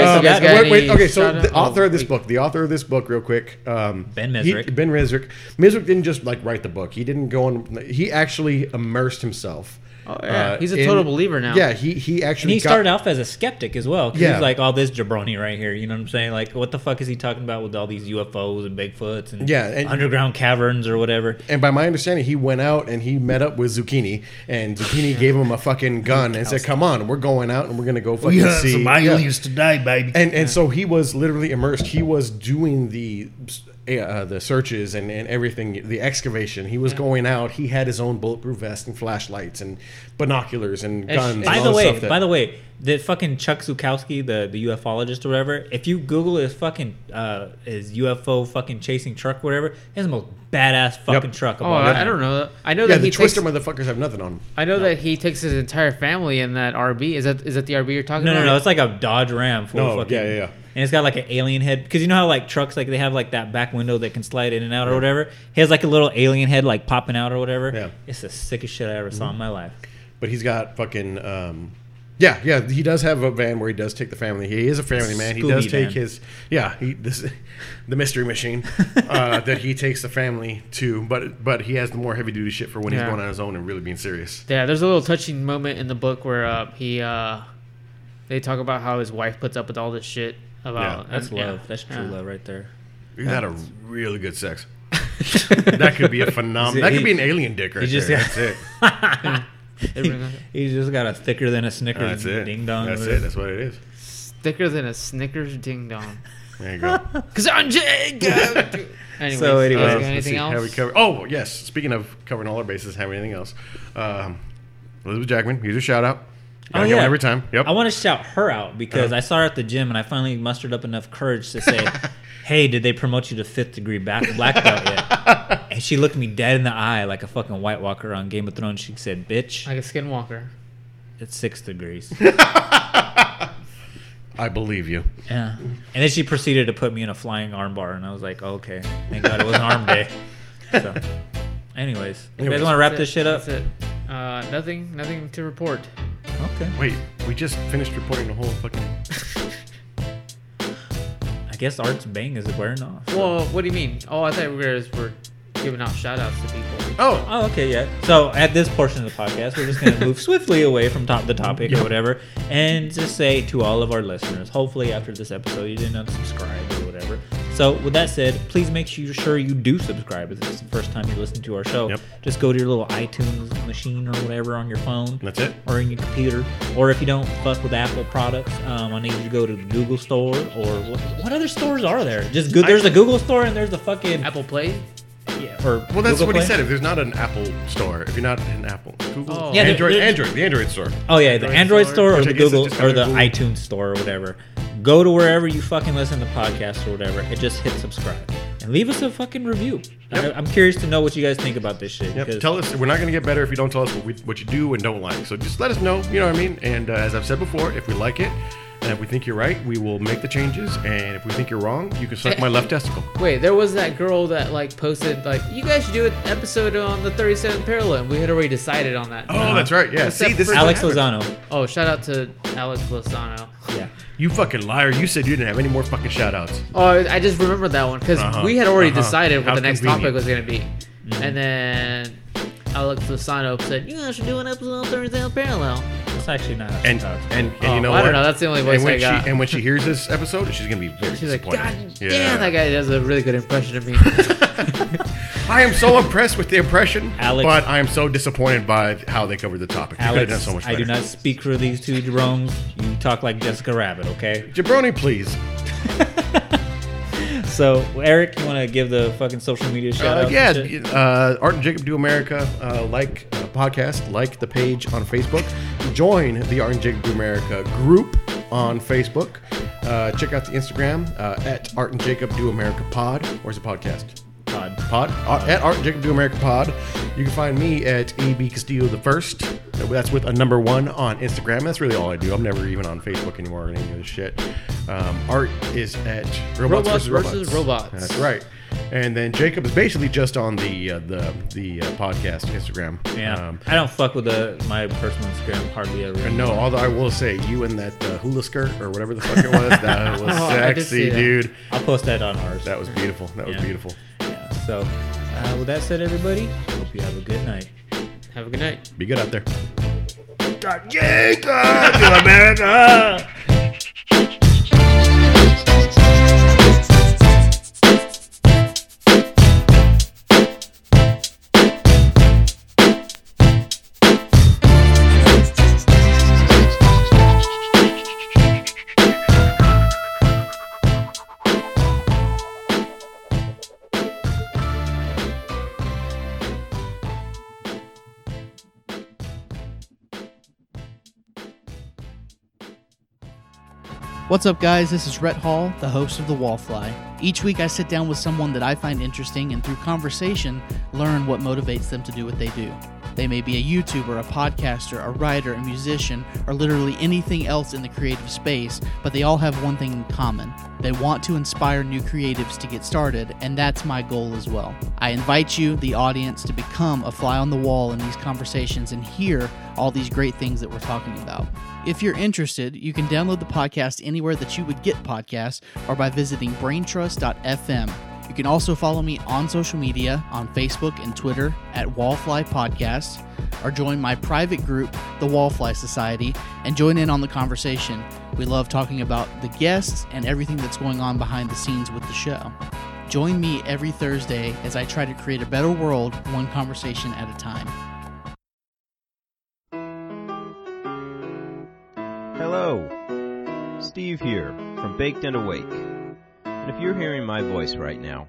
Speaker 4: Uh,
Speaker 2: so you guys got
Speaker 4: wait, wait,
Speaker 2: any
Speaker 4: okay, so
Speaker 2: shout-out?
Speaker 4: the author of this
Speaker 2: Oh,
Speaker 4: book, the author of this book, real quick, um,
Speaker 3: Ben
Speaker 4: he-
Speaker 3: Mesrick.
Speaker 4: ben Mesrick. Mesrick didn't just like write the book. He didn't go on. He actually immersed himself. Oh
Speaker 2: yeah. He's uh, a total believer now.
Speaker 4: Yeah, he he actually
Speaker 3: And he
Speaker 4: got-
Speaker 3: started off as a skeptic as well. 'cause
Speaker 4: Yeah.
Speaker 3: He's like, all this jabroni right here. You know what I'm saying? Like, what the fuck is he talking about with all these UFOs and Bigfoots and,
Speaker 4: Yeah, and-
Speaker 3: underground caverns or whatever?
Speaker 4: And by my understanding, he went out and he met up with Zucchini, and Zucchini gave him a fucking gun and said, "Come on, we're going out and we're gonna go fucking
Speaker 5: You have
Speaker 4: see."
Speaker 5: some
Speaker 4: Yeah.
Speaker 5: aliens today, baby.
Speaker 4: And and so he was literally immersed. He was doing the uh, the searches and, and everything, the excavation. He was going out. He had his own bulletproof vest and flashlights and binoculars and
Speaker 2: And sh-
Speaker 4: guns.
Speaker 3: By
Speaker 4: and
Speaker 3: the
Speaker 4: all
Speaker 3: way,
Speaker 4: stuff that-
Speaker 3: by the way, the fucking Chuck Zukowski, the, the ufologist or whatever, if you Google his fucking uh, his UFO fucking chasing truck, whatever, he has the most badass fucking truck of
Speaker 2: Oh,
Speaker 3: all
Speaker 2: I, I
Speaker 3: time.
Speaker 2: don't know. I know
Speaker 4: yeah,
Speaker 2: that
Speaker 4: the
Speaker 2: he
Speaker 4: Twister
Speaker 2: takes,
Speaker 4: motherfuckers have nothing on them.
Speaker 2: I know that he takes his entire family in that RB. Is that is that the RB you're talking
Speaker 3: No,
Speaker 2: about?
Speaker 3: no, no. It's like a Dodge Ram. Full
Speaker 4: No,
Speaker 3: of fucking,
Speaker 4: yeah, yeah, yeah.
Speaker 3: And it's got like an alien head because you know how like trucks like they have like that back window that can slide in and out or whatever. He has like a little alien head like popping out or whatever.
Speaker 4: Yeah. Mm-hmm.
Speaker 3: It's the sickest shit I ever saw in my life.
Speaker 4: But he's got fucking. Um, yeah, yeah, he does have a van where he does take the family. He is a family man. He does
Speaker 3: Scooby
Speaker 4: take
Speaker 3: van.
Speaker 4: his yeah, he this the mystery machine uh, that he takes the family to. But but he has the more heavy duty shit for when
Speaker 2: Yeah.
Speaker 4: he's going on his own and really being serious.
Speaker 2: Yeah, there's a little touching moment in the book where uh, he uh, they talk about how his wife puts up with all this shit about
Speaker 4: Yeah,
Speaker 3: That's
Speaker 2: and-
Speaker 3: love.
Speaker 2: yeah. Uh,
Speaker 3: That's true
Speaker 2: Yeah.
Speaker 3: love right there.
Speaker 4: You had a really good sex. that could be a phenomenal. That could be an alien dick right
Speaker 3: He just-
Speaker 4: there. That's it.
Speaker 3: He's just got a thicker than a Snickers
Speaker 4: That's it.
Speaker 3: ding dong.
Speaker 4: That's it. That's what it is.
Speaker 2: Thicker than a Snickers ding dong.
Speaker 4: There you go.
Speaker 2: Cause I'm Jake. Anyways,
Speaker 3: So
Speaker 2: you guys got
Speaker 3: anyways,
Speaker 4: Um, let's
Speaker 2: anything
Speaker 4: see, have
Speaker 2: else?
Speaker 4: we cover- oh yes. Speaking of covering all our bases, have anything else? Um, Elizabeth Jackman, use a shout out. Gotta get one every time. Yep.
Speaker 3: Oh,
Speaker 4: Uh-huh.
Speaker 3: I want to shout her out because I saw her at the gym and I finally mustered up enough courage to say, "Hey, did they promote you to fifth degree back black belt yet?" and she looked me dead in the eye like a fucking White Walker on Game of Thrones. She said, "Bitch,
Speaker 2: Like a skinwalker.
Speaker 3: it's six degrees."
Speaker 4: I believe you.
Speaker 3: yeah. And then she proceeded to put me in a flying armbar, and I was like, "Okay, thank God it wasn't arm day." So, anyways, you guys
Speaker 4: Anyways.
Speaker 3: want to wrap
Speaker 2: That's
Speaker 3: this
Speaker 2: it,
Speaker 3: shit up?
Speaker 2: That's it. Uh, nothing. Nothing to report.
Speaker 3: Okay.
Speaker 4: Wait, we just finished reporting the whole fucking.
Speaker 3: I guess Art's bang is wearing off.
Speaker 2: Well, what do you mean? Oh, I thought we were, we're giving out shout outs to people.
Speaker 4: Oh,
Speaker 3: Oh, okay, yeah. So at this portion of the podcast, we're just going to move swiftly away from top the topic or whatever, and just say to all of our listeners, hopefully after this episode, you didn't unsubscribe or whatever. So with that said, please make sure- sure you do subscribe if this is the first time you listen to our show.
Speaker 4: Yep.
Speaker 3: Just go to your little iTunes machine or whatever on your phone.
Speaker 4: That's it.
Speaker 3: Or in your computer. Or if you don't fuck with Apple products, um, I need you to go to the Google store or what, what other stores are there? Just good. There's a Google store and there's the fucking
Speaker 2: Apple Play.
Speaker 3: yeah,
Speaker 4: Oh,
Speaker 3: or
Speaker 4: well, that's
Speaker 3: Google
Speaker 4: what
Speaker 3: Play.
Speaker 4: he said. If there's not an Apple store, if you're not an Apple, Google,
Speaker 2: Oh.
Speaker 3: Yeah, there-
Speaker 4: Android,
Speaker 3: there-
Speaker 4: Android, the Android store.
Speaker 3: Oh yeah, the Android, store, or
Speaker 4: Which I
Speaker 3: the
Speaker 4: guess is
Speaker 3: Google
Speaker 4: just
Speaker 3: or the
Speaker 4: another Google.
Speaker 3: iTunes store or whatever. Go to wherever you fucking listen to podcasts or whatever, and just hit subscribe. And leave us a fucking review. I, I'm curious to know what you guys think about this shit.
Speaker 4: Yep.
Speaker 3: 'cause-
Speaker 4: Tell us. We're not going to get better if you don't tell us what, we, what you do and don't like. So just let us know. You know what I mean? And uh, as I've said before, if we like it and if we think you're right, we will make the changes. And if we think you're wrong, you can suck my left testicle.
Speaker 2: Wait, there was that girl that like posted like you guys should do an episode on the 37th parallel. and We had already decided on that.
Speaker 4: Oh, that's right. Yeah.
Speaker 2: Except
Speaker 4: See, this is what
Speaker 3: Alex
Speaker 4: happens.
Speaker 3: Lozano.
Speaker 2: Oh, shout out to Alex Lozano.
Speaker 3: Yeah.
Speaker 4: You fucking liar. You said you didn't have any more fucking shout outs.
Speaker 2: Oh, I I just remembered that one because
Speaker 4: Uh-huh,
Speaker 2: we had already
Speaker 4: uh-huh.
Speaker 2: decided what
Speaker 4: How
Speaker 2: the next topic
Speaker 4: convenient. Mm-hmm.
Speaker 2: was gonna be, and then Alex Lozano said you guys should do an episode on 37th parallel.
Speaker 3: That's actually not.
Speaker 4: And
Speaker 3: how it's-
Speaker 4: and, and
Speaker 2: Oh,
Speaker 4: you know
Speaker 2: I don't
Speaker 4: what?
Speaker 2: know, that's the only voice
Speaker 4: and when
Speaker 2: I got.
Speaker 4: She, and when she hears this episode, she's gonna be very
Speaker 2: She's like,
Speaker 4: disappointed.
Speaker 2: God
Speaker 4: yeah.
Speaker 2: damn, that guy does a really good impression of me.
Speaker 4: I am so impressed with the impression,
Speaker 3: Alex-
Speaker 4: but I am so disappointed by how they covered the topic. You could have
Speaker 3: Alex,
Speaker 4: done so much
Speaker 3: I
Speaker 4: better.
Speaker 3: do not speak for these two Jeromes. You talk like Jessica Rabbit, okay?
Speaker 4: Jabroni, please.
Speaker 3: So, Eric, you want to give the fucking social media shout
Speaker 4: Uh,
Speaker 3: out?
Speaker 4: yeah,
Speaker 3: and shit?
Speaker 4: uh, Art and Jacob Do America. Uh, like uh, podcast, like the page on Facebook. Join the Art and Jacob Do America group on Facebook. Uh, check out the Instagram uh, at Art and Jacob Do America Pod. Where's the podcast?
Speaker 3: God.
Speaker 4: Pod uh, at Art and Jacob Do America Pod. You can find me at AB Castillo the First. That's with a number one on Instagram. That's really all I do. I'm never even on Facebook anymore or any of this shit. Um, Art is at
Speaker 2: Robots
Speaker 4: Robots, versus,
Speaker 2: versus
Speaker 4: Robots.
Speaker 2: Robots.
Speaker 4: That's right. And then Jacob is basically just on the uh, the the uh, podcast Instagram.
Speaker 3: Yeah.
Speaker 4: Um,
Speaker 3: I don't fuck with the, my personal Instagram hardly ever.
Speaker 4: and no, although I will say you and that uh, hula skirt or whatever the fuck it was, that was
Speaker 2: Oh, I did see
Speaker 4: sexy,
Speaker 2: that.
Speaker 4: dude.
Speaker 3: I'll post that on ours.
Speaker 4: That was beautiful. That was
Speaker 3: Yeah.
Speaker 4: beautiful.
Speaker 3: yeah. So, uh, with that said, everybody, hope you have a good night.
Speaker 2: Have a good night.
Speaker 4: Be good out there.
Speaker 9: What's up, guys? This is Rhett Hall, the host of The Wallfly. Each week, I sit down with someone that I find interesting and through conversation, learn what motivates them to do what they do. They may be a YouTuber, a podcaster, a writer, a musician, or literally anything else in the creative space, but they all have one thing in common. They want to inspire new creatives to get started, and that's my goal as well. I invite you, the audience, to become a fly on the wall in these conversations and hear all these great things that we're talking about. If you're interested, you can download the podcast anywhere that you would get podcasts or by visiting braintrust.fm. You can also follow me on social media on Facebook and Twitter at Wallfly Podcast or join my private group, the Wallfly Society, and join in on the conversation. We love talking about the guests and everything that's going on behind the scenes with the show. Join me every Thursday as I try to create a better world one conversation at a time.
Speaker 7: Hello, Steve here from Baked and Awake. And if you're hearing my voice right now,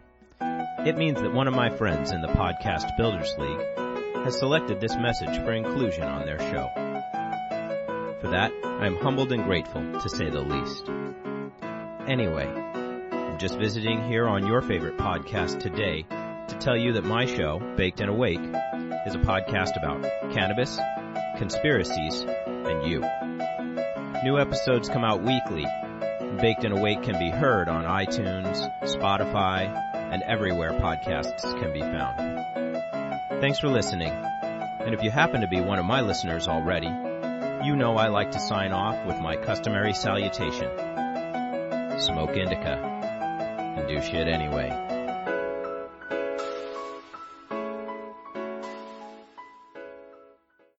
Speaker 7: it means that one of my friends in the Podcast Builders League has selected this message for inclusion on their show. For that, I'm humbled and grateful, to say the least. Anyway, I'm just visiting here on your favorite podcast today to tell you that my show, Baked and Awake, is a podcast about cannabis, conspiracies, and you. New episodes come out weekly. Baked and Awake can be heard on iTunes, Spotify, and everywhere podcasts can be found. Thanks for listening. And if you happen to be one of my listeners already, you know I like to sign off with my customary salutation. Smoke indica. And do shit anyway.